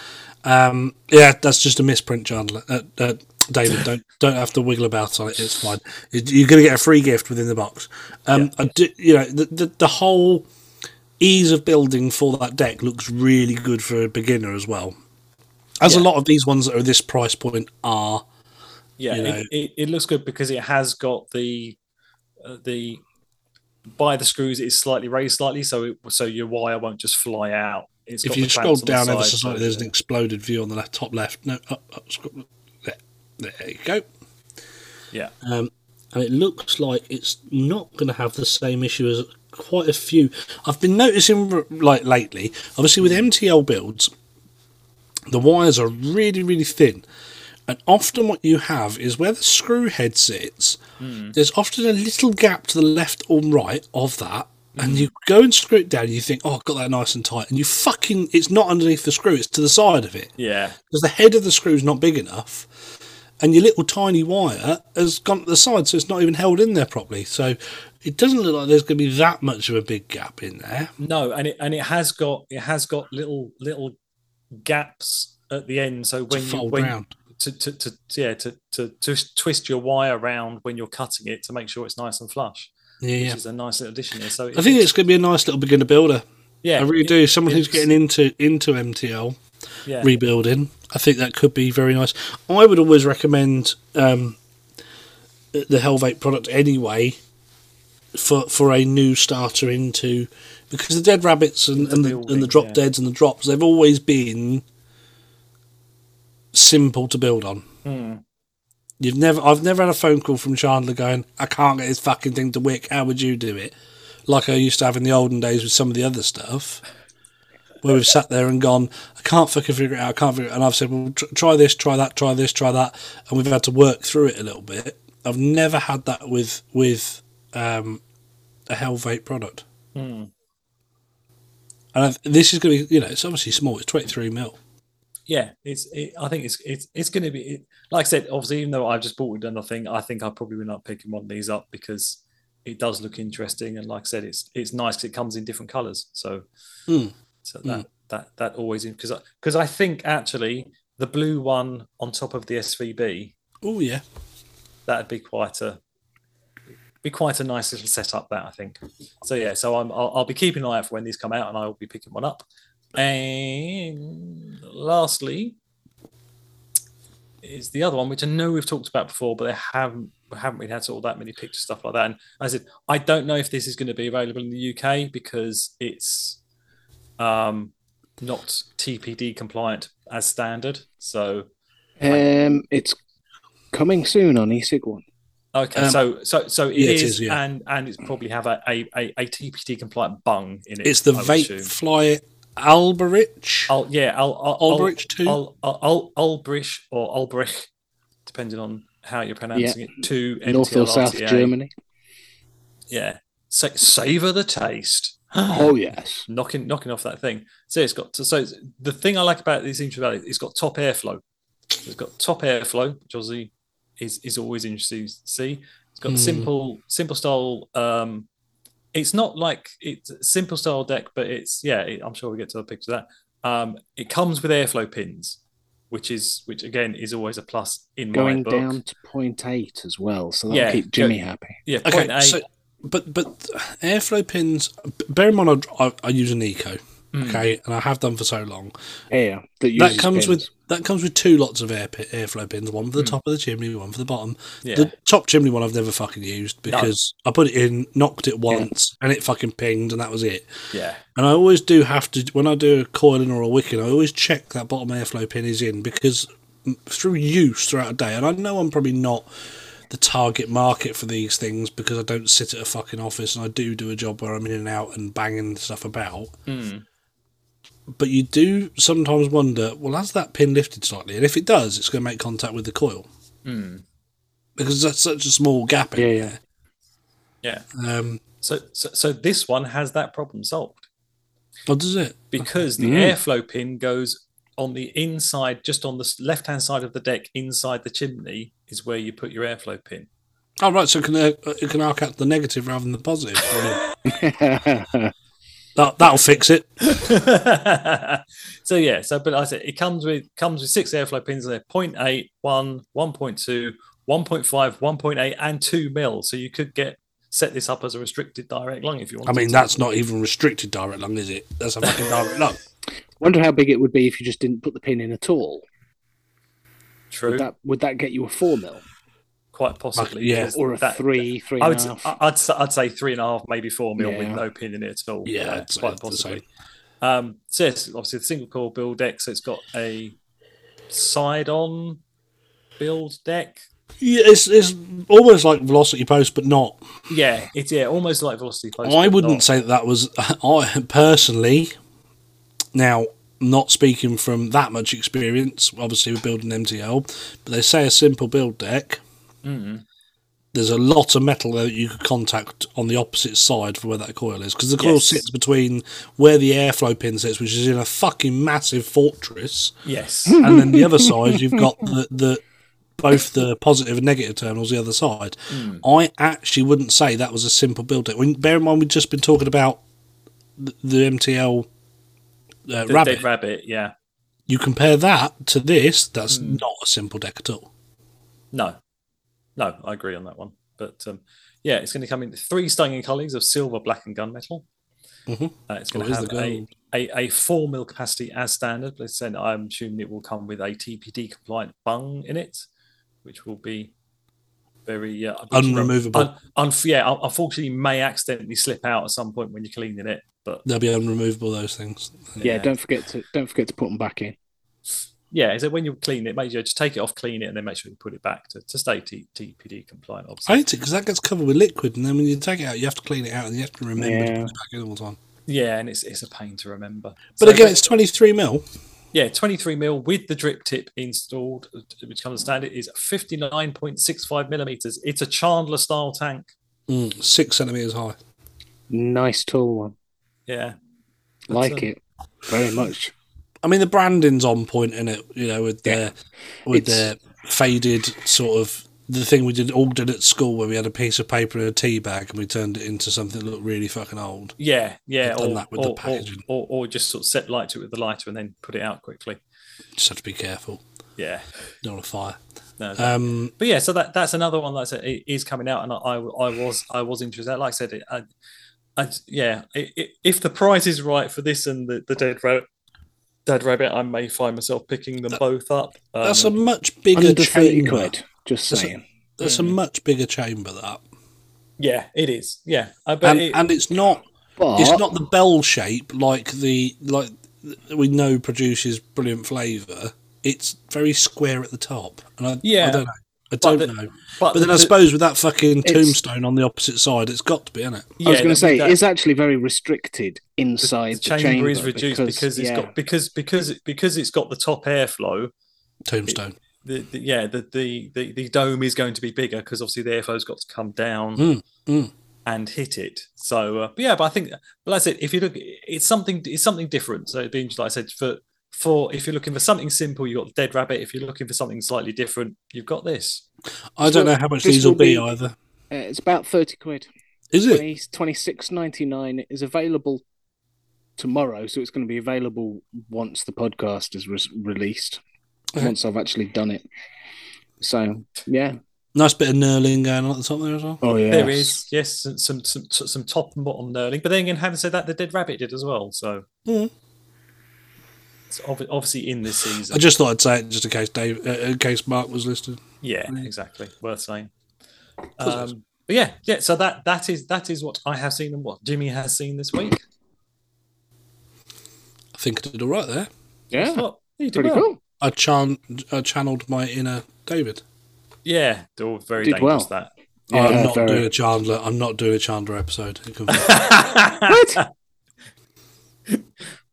B: Um, yeah, that's just a misprint, Chandler. Uh, uh, David, don't don't have to wiggle about on it. It's fine. You- You're going to get a free gift within the box. Um, I do, you know the, the the whole ease of building for that deck looks really good for a beginner as well. As a lot of these ones that are this price point are.
D: yeah,
B: you know.
D: it, it, it looks good because it has got the uh, the by the screws is slightly raised slightly, so it, so your wire won't just fly out. It's
B: if
D: got
B: you
D: the
B: scroll
D: clamps on the
B: down ever
D: side,
B: so slightly,
D: so-
B: there's an exploded view on the left, top left. No, up, up, scroll, there, there you go.
D: yeah.
B: Um, and it looks like it's not going to have the same issue as quite a few. I've been noticing r- like lately, obviously
D: Hmm.
B: with MTL builds, the wires are really really thin, and often what you have is where the screw head sits. There's often a little gap to the left or right of that.
D: Mm.
B: And you go and screw it down, and you think, oh, I've got that nice and tight. And you fucking, it's not underneath the screw, it's to the side of it
D: Yeah,
B: because the head of the screw's not big enough, and your little tiny wire has gone to the side, so it's not even held in there properly. So it doesn't look like there's going to be that much of a big gap in there.
D: no, and it and it has got it has got little little gaps at the end. So when you
B: fold
D: when
B: round.
D: to, to, to yeah to, to to twist your wire around when you're cutting it to make sure it's nice and flush,
B: Yeah, yeah.
D: which is a nice little addition there. So
B: I think it's going to be a nice little beginner builder.
D: yeah,
B: I really
D: it-
B: do. Someone who's
D: it's-
B: getting into into MTL
D: yeah.
B: rebuilding, I think that could be very nice. I would always recommend um, the Helvate product anyway for for a new starter into because the dead rabbits and, and, the, and the
D: building,
B: drop
D: yeah.
B: deads and the drops they've always been simple to build on.
D: Hmm.
B: You've never I've never had a phone call from Chandler going, I can't get this fucking thing to wick, how would you do it? Like I used to have in the olden days with some of the other stuff. Where we've sat there and gone, I can't fucking figure it out. I can't figure it. out." And I've said, well, tr- try this, try that, try this, try that, and we've had to work through it a little bit. I've never had that with with um, a Hellvate product.
D: Hmm.
B: And I've, this is going to be, you know, it's obviously small. It's twenty three mil.
D: yeah, it's. It, I think it's it's it's going to be it, like I said. Obviously, even though I've just bought another thing, I think I probably will not picking one of these up because it does look interesting. And like I said, it's it's nice 'cause it comes in different colours. So
B: Mm.
D: so that that that always because because I think actually the blue one on top of the SVB
B: Oh yeah,
D: that'd be quite a be quite a nice little setup that I think. So yeah, so I'm I'll, I'll be keeping an eye out for when these come out, and I'll be picking one up. And lastly, is the other one which I know we've talked about before, but they haven't we haven't really had sort of that many pictures stuff like that. And I said I don't know if this is going to be available in the UK because it's um not TPD compliant as standard. So
C: Um, it's coming soon on eSig One.
D: Okay,
B: Um,
D: so so so it is,
B: yeah, it is, yeah.
D: and and it's probably have a a, a, a TPT compliant bung in it.
B: it's the
D: I would
B: vape
D: assume.
B: fly Alberich.
D: I'll, yeah, I'll, I'll, I'll-
B: Ulbrich two?
D: I'll, I'll, I'll, Ulbrich or Ulbrich, depending on how you're pronouncing it. Two
C: North or
D: MTLRTA.
C: South Germany.
D: Yeah, Sa- savor the taste.
C: Oh yes.
D: knocking knocking off that thing. So it's got so, so it's- the thing I like about these Intra Valley, it's got top airflow. It's got top airflow, which obviously is is always interesting to see. It's got
B: Hmm.
D: simple simple style. Um, it's not like it's a simple style deck, but it's yeah. It, I'm sure we get to a picture of that. Um, it comes with airflow pins, which is which again is always a plus in my
C: Going
D: book.
C: down to point eight as well, so that'll
D: Yeah,
C: keep
D: go-
C: Jimmy happy.
D: Yeah, point
B: Okay,
D: eight.
B: so but but airflow pins. Bear in mind, I, I, I use an eco.
D: Hmm.
B: Okay, and I have done for so long.
C: Yeah, that,
B: that
C: uses
B: comes
C: pins.
B: with that comes with two lots of air pi- airflow pins, one for the top of the chimney, one for the bottom.
D: Hmm. Yeah.
B: The top chimney one I've never fucking used because I put it in, knocked it once, and it fucking pinged, and that was it.
D: yeah,
B: And I always do have to when I do a coiling or a wicking, I always check that bottom airflow pin is in because m- through use throughout a day, and I know I'm probably not the target market for these things because I don't sit at a
D: Hmm,
B: fucking office and I do do a job where I'm in and out and banging stuff about. but you do sometimes wonder, well, has that pin lifted slightly? And if it does, it's going to make contact with the coil
D: hmm.
B: because that's such a small gap in
C: Yeah,
B: yeah,
C: yeah.
D: Yeah.
B: Um,
D: So, so so this one has that problem solved
B: but oh, does it?
D: because the
C: Mm.
D: airflow pin goes on the inside, just on the left hand side of the deck, inside the chimney is where you put your airflow pin.
B: Oh, right. So it can, uh, it can arc out to the negative rather than the positive. Brilliant. that, that'll fix it.
D: so yeah, so but I said it comes with comes with six airflow pins and they're 0.8, 1, 1.2, 1.5, 1.8, and 2 mil. So you could get set this up as a restricted direct lung if you want.
B: I mean, that's not even restricted direct lung, is it? That's a fucking direct lung.
C: Wonder how big it would be if you just didn't put the pin in at all.
D: true.
C: Would that would that get you a four mil
D: quite possibly.
B: yeah.
D: because
C: or a
D: that-
C: three, three
D: I
C: and
D: would,
C: a half?
D: s- uh, I- I'd, s- I'd say three and a half, maybe four mil with
C: Yeah.
D: no pin in it at all.
B: Yeah, I'd say-
D: quite
B: I'd say.
D: possibly. Um, so yes, obviously the single core build deck, so it's got a side-on build deck.
B: Yeah, it's, it's almost like velocity post, but not.
D: Yeah, it's yeah, almost like velocity. Post,
B: I
D: but
B: wouldn't
D: not.
B: say that, that was. I personally, now not speaking from that much experience, obviously we're building MTL, but they say a simple build deck.
D: Mm-hmm.
B: There's a lot of metal there that you could contact on the opposite side for where that coil is, because the coil
D: Yes.
B: sits between where the airflow pin sits, which is in a fucking massive fortress,
D: Yes,
B: and then the other side you've got the, the both the positive and negative terminals the other side. I actually wouldn't say that was a simple build deck. When, bear in mind we've just been talking about the, the MTL uh,
D: the
B: rabbit.
D: dead rabbit. Yeah,
B: you compare that to this, that's not a simple deck at all.
D: no, no, I agree on that one. But um, yeah, it's going to come in three stunning colours of silver, black, and gunmetal.
B: Mhm.
D: Uh, it's going to
B: Always the
D: have a,
B: gold.
D: a, a four mil capacity as standard. But said I'm assuming it will come with a TPD compliant bung in it, which will be very uh,
B: Unremovable.
D: Un, un, yeah, un- unfortunately, may accidentally slip out at some point when you're cleaning it. But
B: They'll be unremovable those things.
C: yeah,
D: yeah.
C: don't forget to don't forget to put them back in.
D: yeah, so when you clean it, make sure just take it off, clean it, and then make sure you put it back to, to stay T, TPD compliant. Obviously,
B: I hate it because that gets covered with liquid, and then when you take it out, you have to clean it out, and you have to remember to
C: Yeah.
B: put it back in all the time.
D: yeah, and it's it's a pain to remember.
B: But
D: So-
B: again, it's 23 mil.
D: yeah, 23 mil with the drip tip installed, which comes standard, is 59.65 millimeters. It's a Chandler style tank.
B: Mm, six centimeters high.
C: Nice tall one,
D: Yeah,
C: like
D: a-
C: it very much.
B: I mean, the branding's on point in it, you know, with their with
C: It's-
B: their faded sort of the thing we did all did at school where we had a piece of paper and a tea bag and we turned it into something that looked really fucking old.
D: yeah, yeah.
B: I've done
D: Or,
B: that with the
D: or, or,
B: packaging.
D: or, or just sort of set light to it with the lighter and then put it out quickly.
B: Just have to be careful,
D: Yeah.
B: don't want to fire.
D: No,
B: Um,
D: but yeah, so that that's another one that's it is coming out, and I I was I was interested. Like I said, it, I, I yeah, i i if the price is right for this and the, the dead rabbit, dead rabbit, I may find myself picking them both up. Um,
B: that's a much bigger
C: Under thirty
B: chamber.
C: quid. Just
B: That's a-
C: saying.
B: That's a
D: Hmm.
B: much bigger chamber that,
D: yeah, it is. Yeah, I bet
B: and
D: it-
B: and it's not
C: But
B: it's not the bell shape like the like that we know produces brilliant flavour. It's very square at the top, and I, I
D: Yeah.
B: don't know. I don't
D: the-
B: know.
D: but,
B: But then I
D: the-
B: suppose with that fucking
C: It's-
B: tombstone on the opposite side, it's got to be, innit?
D: yeah,
C: I was going to
D: that-
C: say
D: that-
C: it's actually very restricted inside the,
D: the chamber, is reduced because, it's
C: yeah,
D: got because because it, because it's got the top airflow.
B: Tombstone.
D: The, the yeah, the, the the the dome is going to be bigger because obviously the airflow's got to come down
B: Mm, mm.
D: and hit it. So uh, but yeah, but I think but that's it. If you look, it's something it's something different. So being like I said for. For if you're looking for something simple, you've got the dead rabbit. If you're looking for something slightly different, you've got this.
B: I don't know how much these will be, either.
C: uh, it's about thirty quid.
B: Is it?
C: Twenty six ninety nine is available tomorrow, so it's going to be available once the podcast is re- released.
B: Okay.
C: Once I've actually done it. So yeah,
B: Nice bit of knurling going on at the top there as well.
C: oh yeah,
D: There is yes, some some some, some top and bottom knurling. But then again, having said that, the dead rabbit did as well. So
B: Mm.
D: it's obvi- obviously in this season.
B: I just thought I'd say it just in case Dave, uh, in case Mark was listed.
C: Oh,
D: Yeah, exactly. Worth saying. Um, but yeah, yeah. So that that is that is what I have seen and what Jimmy has seen this week.
B: I think I did all right there.
C: Yeah,
D: Well, you did
C: pretty
D: well.
C: cool.
B: I, chan- I channeled my inner David.
D: Yeah, they're all very
C: Did well.
D: dangerous. That.
C: Yeah,
B: I'm not
C: very-
B: doing a Chandler. I'm not doing a Chandler episode. You can-
D: what?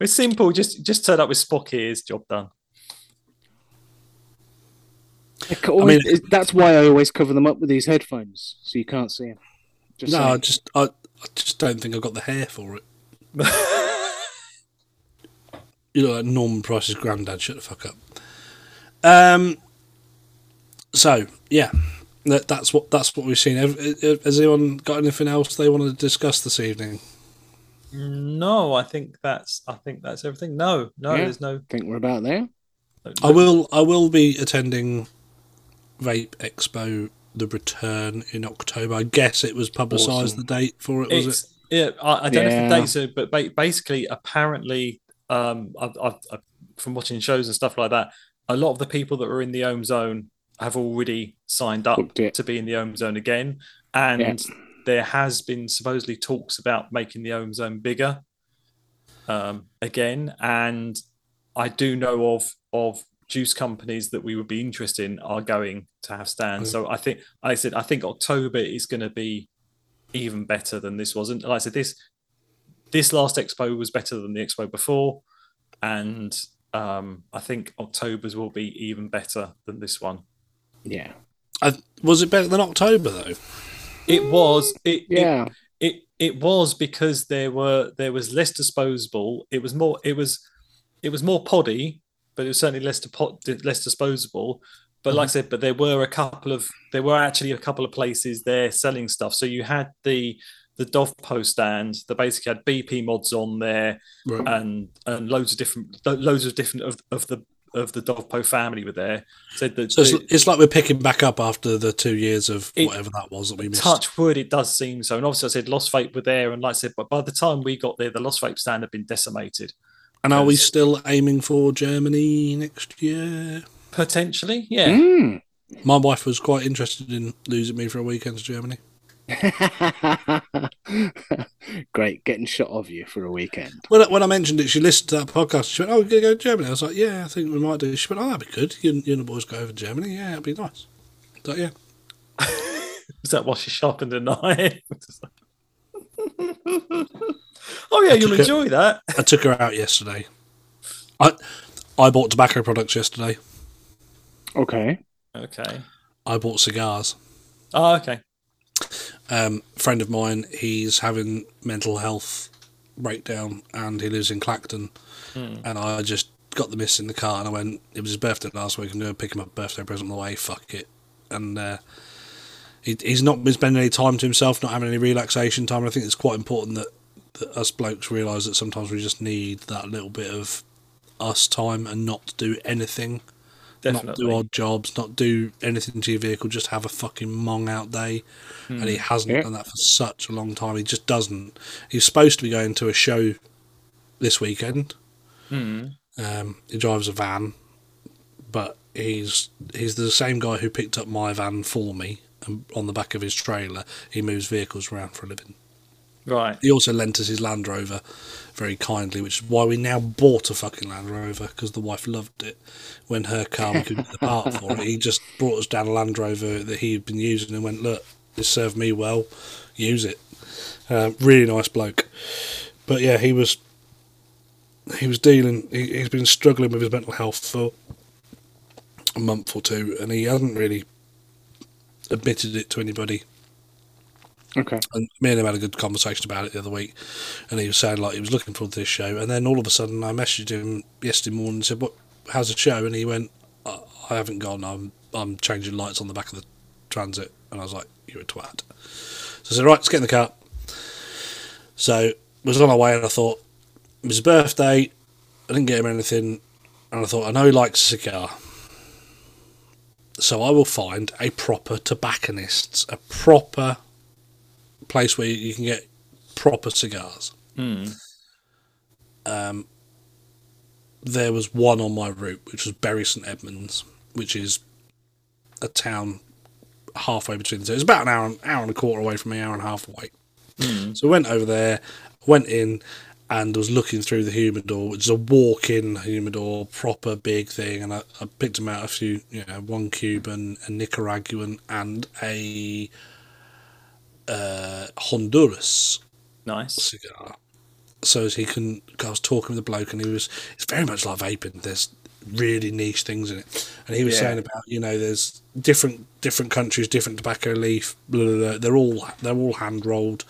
D: It's simple. Just just turn up with Spock ears. Job done.
C: I ca- always- is- that's why I always cover them up with these headphones, so you can't see them. Just
B: No, I
C: saying.
B: just I, I just don't think I got the hair for it. you look like Norman Price's granddad. Shut the fuck up. Um. So yeah, that, that's what that's what we've seen. Have- have- Has anyone got anything else they want to discuss this evening?
D: No, I think that's I think that's everything. No, no,
C: Yeah.
D: there's no.
C: I think we're about there.
D: no-
B: I will I will be attending Vape Expo the return in October. I guess it was publicised
C: Awesome.
B: the date for it, was
D: It's yeah. I, I don't know if the
C: Yeah.
D: dates are, but ba- basically, apparently, um, I've, I've, i from watching shows and stuff like that, a lot of the people that were in the Ohm Zone have already signed up
C: Booked it.
D: to be in the Ohm Zone again, and there has been supposedly talks about making the Ohm Zone bigger um, again, and I do know of of juice companies that we would be interested in are going to have stands. So I think like I said I think October is going to be even better than this was. And like I said, this this last expo was better than the expo before, and um, I think October's will be even better than this one.
C: Yeah.
B: it? I, was it better than October though?
D: It was it it
C: Yeah.
D: it it was because there were there was less disposable it was more it was it was more poddy but it was certainly less to pot, less disposable but
B: Mm-hmm.
D: like i said but there were a couple of there were actually a couple of places there selling stuff so you had the the dovpo stand that basically had bp mods on there
B: Right.
D: and and loads of different lo- loads of different of, of the of the dovpo family were there said that
B: So it's,
D: the-
B: it's like we're picking back up after the two years of
D: It-
B: whatever that was that we missed.
D: touch wood, it does seem so. And obviously, I said Lost Vape were there, and like I said, but by the time we got there, the Lost Vape stand had been decimated.
B: and are we still aiming for Germany next year?
D: Potentially, yeah.
B: Hmm?
C: Mm.
B: My wife was quite interested in losing me for a weekend to Germany.
C: Hmm. Great, getting shot of you for a weekend.
B: When I, when I mentioned it, she listened to that podcast. She went, "Oh, we're going to go to Germany." I was like, "Yeah, I think we might do." She went, "Oh, that'd be good. You, and- you and the boys go over to Germany. Yeah, it'd be nice." So yeah,
D: Is that why she sharpened her knife? oh yeah, you'll
B: took it.
D: enjoy that.
B: I took her out yesterday. I I bought tobacco products yesterday.
C: Okay.
D: Okay.
B: I bought cigars.
D: Oh, okay.
B: um, friend of mine, he's having mental health breakdown and he lives in Clacton. And I just got the miss in the car and I went, it was his birthday last week. I'm going to pick him up a birthday present on the way. Fuck it. And uh, he, he's not been spending any time to himself, not having any relaxation time. And I think it's quite important that, that us blokes realise that sometimes we just need that little bit of us time and not do anything not
D: Definitely.
B: do odd jobs, not do anything to your vehicle, just have a fucking mong out day. And he hasn't
C: Yeah.
B: done that for such a long time. He just doesn't. He's supposed to be going to a show this weekend. Um, he drives a van, but he's he's the same guy who picked up my van for me and on the back of his trailer. He moves vehicles around for a living.
D: Right.
B: He also lent us his Land Rover very kindly, which is why we now bought a fucking Land Rover because the wife loved it. When her car we couldn't get the part for it, he just brought us down a Land Rover that he had been using and went, "Look, this served me well. Use it." Uh, really nice bloke, but yeah, he was he was dealing. He, he's been struggling with his mental health for a month or two, and he hasn't really admitted it to anybody
C: Okay.
B: and me and him had a good conversation about it the other week, and he was saying like he was looking forward to this show, and then all of a sudden I messaged him yesterday morning and said, "What? How's the show?" And he went, "I, I haven't gone. I'm I'm changing lights on the back of the transit," and I was like, "You're a twat." So I said, "Right, let's get in the car." So was on our way, and I thought it was his birthday. I didn't get him anything, and I thought I know he likes a cigar. So I will find a proper tobacconist's, a proper place where you can get proper cigars.
D: Hmm.
B: Um, there was one on my route, which was Bury St Edmunds, which is a town halfway between the two. It's about an hour, hour and a quarter away from me, hour and a half away. So I went over there, went in, and was looking through the humidor, which is a walk-in humidor, proper big thing. And I, I picked them out a few, you know, one Cuban, a Nicaraguan, and a uh, Honduras
D: Nice.
B: cigar. so as he can. 'cause I was talking with the bloke, and he was. It's very much like vaping. There's really niche things in it, and he was
C: Yeah.
B: saying about you know there's different different countries, different tobacco leaf. Blah, blah, blah. They're all they're all hand rolled.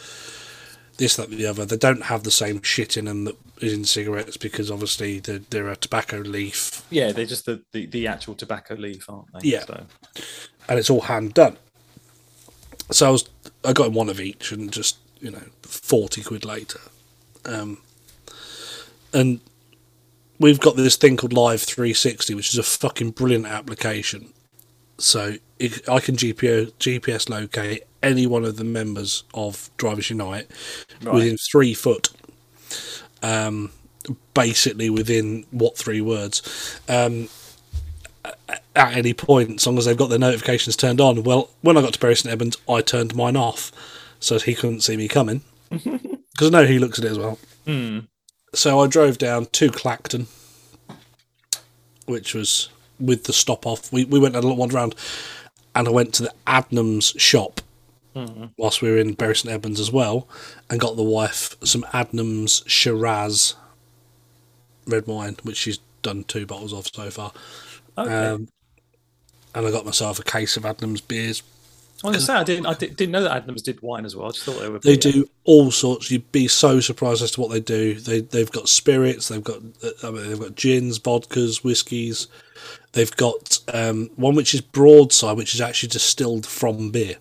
B: This, that, the other. They don't have the same shit in them that is in cigarettes because obviously they're, they're a tobacco leaf
D: Yeah, they're just the, the, the actual tobacco leaf, aren't they?
B: Yeah.
D: So,
B: and it's all hand done. So I was, I got one of each, and just you know, forty quid later, um, and we've got this thing called Live Three Sixty, which is a fucking brilliant application. So it, I can GPO, GPS locate any one of the members of Drivers Unite within three foot. Um, basically within what three words? Um, at any point, as long as they've got their notifications turned on. Well, when I got to Bury St Edmunds, I turned mine off, so he couldn't see me coming. Because I know he looks at it as well. So I drove down to Clacton, which was with the stop off. We, we went and had a little wander around, and I went to the Adnams shop whilst we were in Bury St Edmunds as well, and got the wife some Adnams Shiraz red wine, which she's done two bottles of so far Um,
D: okay.
B: and I got myself a case of Adnams beers.
D: I was gonna say I didn't I did, didn't know that Adams did wine as well. I just thought they were
B: They
D: beer.
B: do all sorts. You'd be so surprised as to what they do. They they've got spirits. They've got uh, I mean, they've got gins, vodkas, whiskies. They've got um, one which is broadside, which is actually distilled from beer,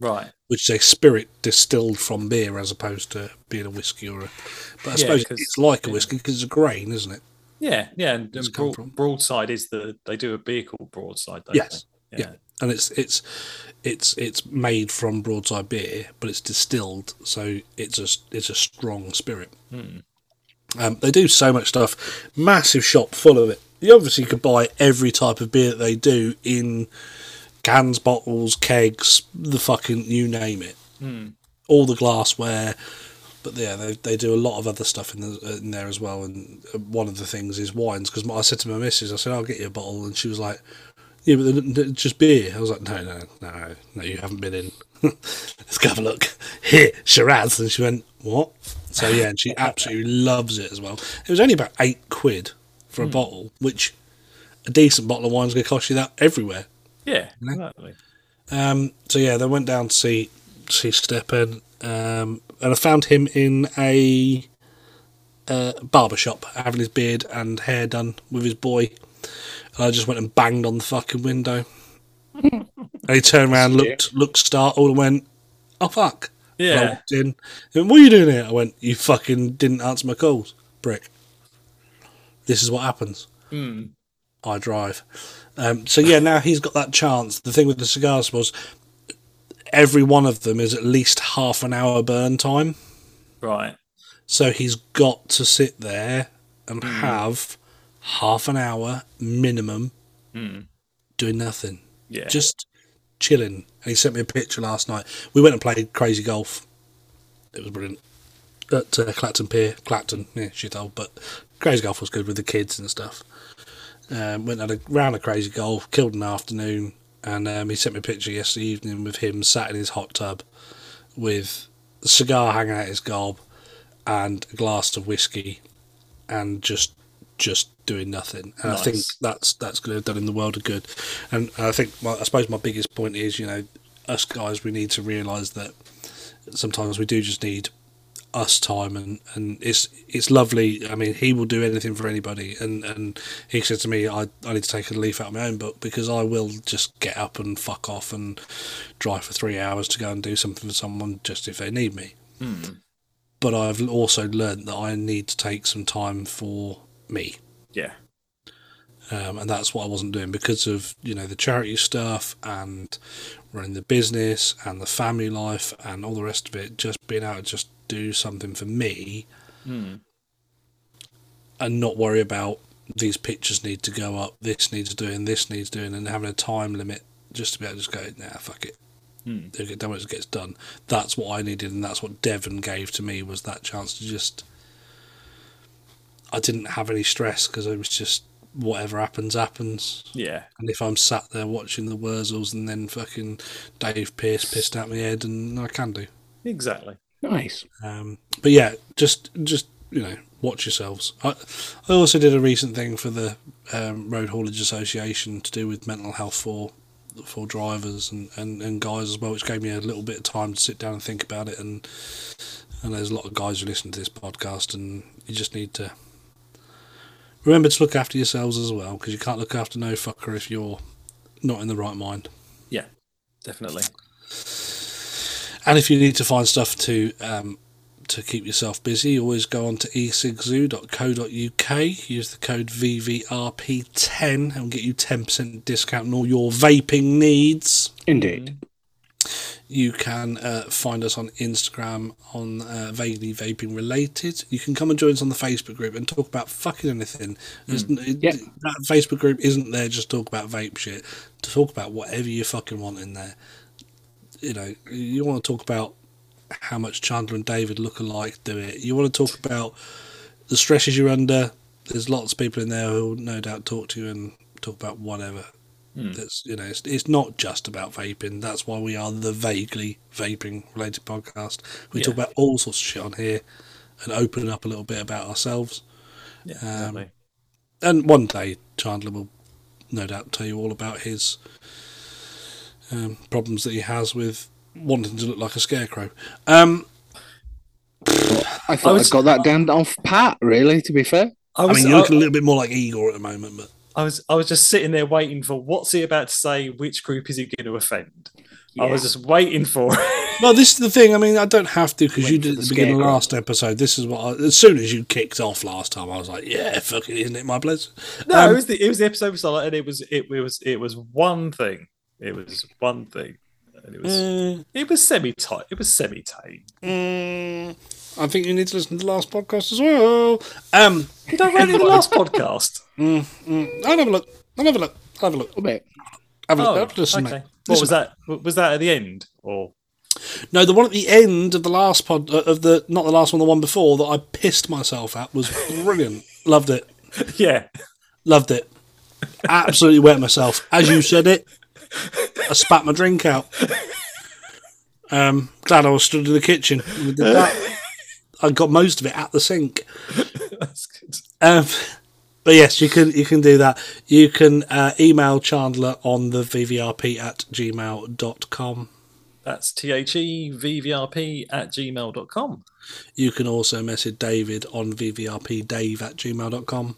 D: right.
B: which is a spirit distilled from beer as opposed to being a whiskey or a. But I
D: Yeah,
B: suppose
D: 'cause-
B: it's like a whiskey because it's a grain, isn't it?
D: Yeah, yeah, and, and
B: come
D: broad,
B: from?
D: broadside is the they do a beer called broadside. Don't
B: Yes.
D: they?
B: yeah. and it's it's it's it's made from broadside beer, but it's distilled, so it's a it's a strong spirit. Um, they do so much stuff, massive shop full of it. You obviously could buy every type of beer that they do in cans, bottles, kegs, the fucking you name it, all the glassware. But yeah, they, they do a lot of other stuff in, the, in there as well. And uh, one of the things is wines. Because I said to my missus, I said, I'll get you a bottle. And she was like, yeah, but they're- they're just beer. I was like, no, no, no, no, you haven't been in. Let's go have a look. Here, Shiraz. And she went, what? So, yeah, and she absolutely loves it as well. It was only about eight quid for a bottle, which a decent bottle of wine's going to cost you that everywhere.
D: Yeah, exactly.
B: Um, so, yeah, they went down to see, see Stepan, um, and I found him in a uh, barber shop having his beard and hair done with his boy. And I just went and banged on the fucking window. and he turned around, looked, looked startled, and went, "Oh fuck!" And I
D: Yeah.
B: walked in. He went, what are you doing here? I went, "You fucking didn't answer my calls, brick." This is what happens. I drive. Um, so yeah, now he's got that chance. The thing with the cigars was every one of them is at least half an hour burn time.
D: Right.
B: So he's got to sit there and have half an hour minimum doing nothing,
D: Yeah.
B: just chilling. And he sent me a picture last night. We went and played crazy golf. It was brilliant at uh, Clacton Pier. Clacton, yeah, shit old, but crazy golf was good with the kids and stuff. Um, went and had a round of crazy golf, killed an afternoon, and um, he sent me a picture yesterday evening with him sat in his hot tub with a cigar hanging out his gob and a glass of whiskey and just just doing nothing. And I think
D: Nice.
B: that's that's going to have done him the world of good. And I think my, I suppose my biggest point is you know us guys we need to realise that sometimes we do just need us time and and it's it's lovely i mean he will do anything for anybody and and he said to me i i need to take a leaf out of my own book because i will just get up and fuck off and drive for three hours to go and do something for someone just if they need me but i've also learned that i need to take some time for me
D: Yeah.
B: um, and that's what I wasn't doing because of you know the charity stuff and running the business and the family life and all the rest of it. Just being able to just do something for me and not worry about these pictures need to go up, this needs doing, this needs doing, and having a time limit just to be able to just go, nah, fuck it. They'll get done when it gets done. That's what I needed, and that's what Devon gave to me was that chance to just. I didn't have any stress because it was just whatever happens, happens.
D: Yeah.
B: And if I'm sat there watching the Wurzels and then fucking Dave Pierce pissed out my head, and I can do.
D: Exactly.
C: Nice.
B: Um, but yeah, just just you know, watch yourselves. I, I also did a recent thing for the um, Road Haulage Association to do with mental health for for drivers and, and, and guys as well, which gave me a little bit of time to sit down and think about it. And and there's a lot of guys who listen to this podcast, and you just need to remember to look after yourselves as well, because you can't look after no fucker if you're not in the right mind.
D: Yeah, definitely.
B: And if you need to find stuff to um, to keep yourself busy, always go on to esigzoo.co.uk. Use the code VVRP10 and get you 10% discount on all your vaping needs.
C: Indeed.
D: Mm.
B: You can uh, find us on Instagram on uh, vaguely vaping related. You can come and join us on the Facebook group and talk about fucking anything. There's n- it-
C: Yep.
B: That Facebook group isn't there just to talk about vape shit. To talk about whatever you fucking want in there. You know, you want to talk about how much Chandler and David look alike. Do it. You want to talk about the stresses you're under. There's lots of people in there who will no doubt talk to you and talk about whatever. That's you know, it's, it's not just about vaping. That's why we are the vaguely vaping related podcast. We
D: Yeah.
B: talk about all sorts of shit on here and open up a little bit about ourselves.
D: Yeah,
B: Um,
D: exactly.
B: And one day Chandler will no doubt tell you all about his um, problems that he has with wanting to look like a scarecrow. Um,
C: I thought I
D: was-
C: would got that down off pat, really, to be fair.
D: I
B: I
D: was,
B: mean, you look a
D: I,
B: little bit more like Igor at the moment, but
D: I was, I was just sitting there waiting for what's he about to say? Which group is he going to offend? I was just waiting for it.
B: Well, this is the thing. I mean, I don't have to because you
C: Wait
B: did
C: for
B: at the
C: the
B: beginning of
C: scarecrow.
B: last episode. This is what. I, as soon as you kicked off last time, I was like, "Yeah, fucking, isn't it my pleasure?"
D: No, it
B: Um,
D: was the it was the episode we saw, and it was it, was it was one thing. It was one thing, and it was it was semi tight. It was semi tame.
B: Mm, I think you need to listen to the last podcast as well. Um,
D: Did I read it in the last podcast?
B: I'll have a look. I'll have a look. I'll have a look.
C: A bit.
B: Have a look.
D: Oh,
B: Have a listen, mate.
D: okay. What was
B: Listen,
D: that? Was that at the end or?
B: No, the one at the end of the last pod uh, of the not the last one, the one before that I pissed myself at was brilliant. Loved it.
D: Yeah,
B: Loved it. Absolutely wet myself. As you said it, I spat my drink out. Um, glad I was stood in the kitchen. when we did that. I got most of it at the sink.
D: that's good.
B: Um, but yes, you can you can do that. You can uh, email Chandler on the VVRP at gmail.com.
D: That's T H E V V R P at gmail.com.
B: You can also message David on VVRPDave at gmail.com.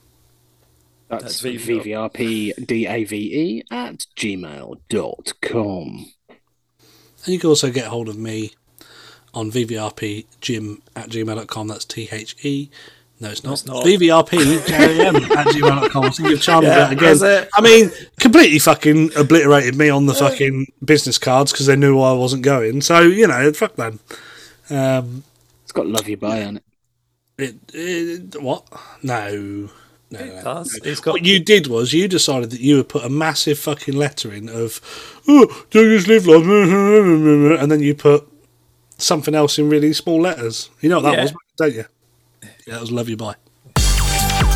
C: That's, E.
D: That's
C: VVRPDAVE E at gmail.com.
B: And you can also get hold of me on VVRPjim at gmail.com. That's T H E. No, it's not.
D: it's not.
B: VVRPJM at gmail.com. I think you've charmed
D: Yeah,
B: that again.
D: that's it.
B: I mean, completely fucking obliterated me on the fucking business cards because they knew I wasn't going. So, you know, fuck them. Um,
C: It's got Love You By on it.
B: it, it, what? No. No, no, no.
D: That's it's got
B: What you did was you decided that you would put a massive fucking letter in of, oh, do you just live life? And then you put something else in really small letters. You know what that
D: Yeah.
B: was, don't you? Yeah, that was love you bye.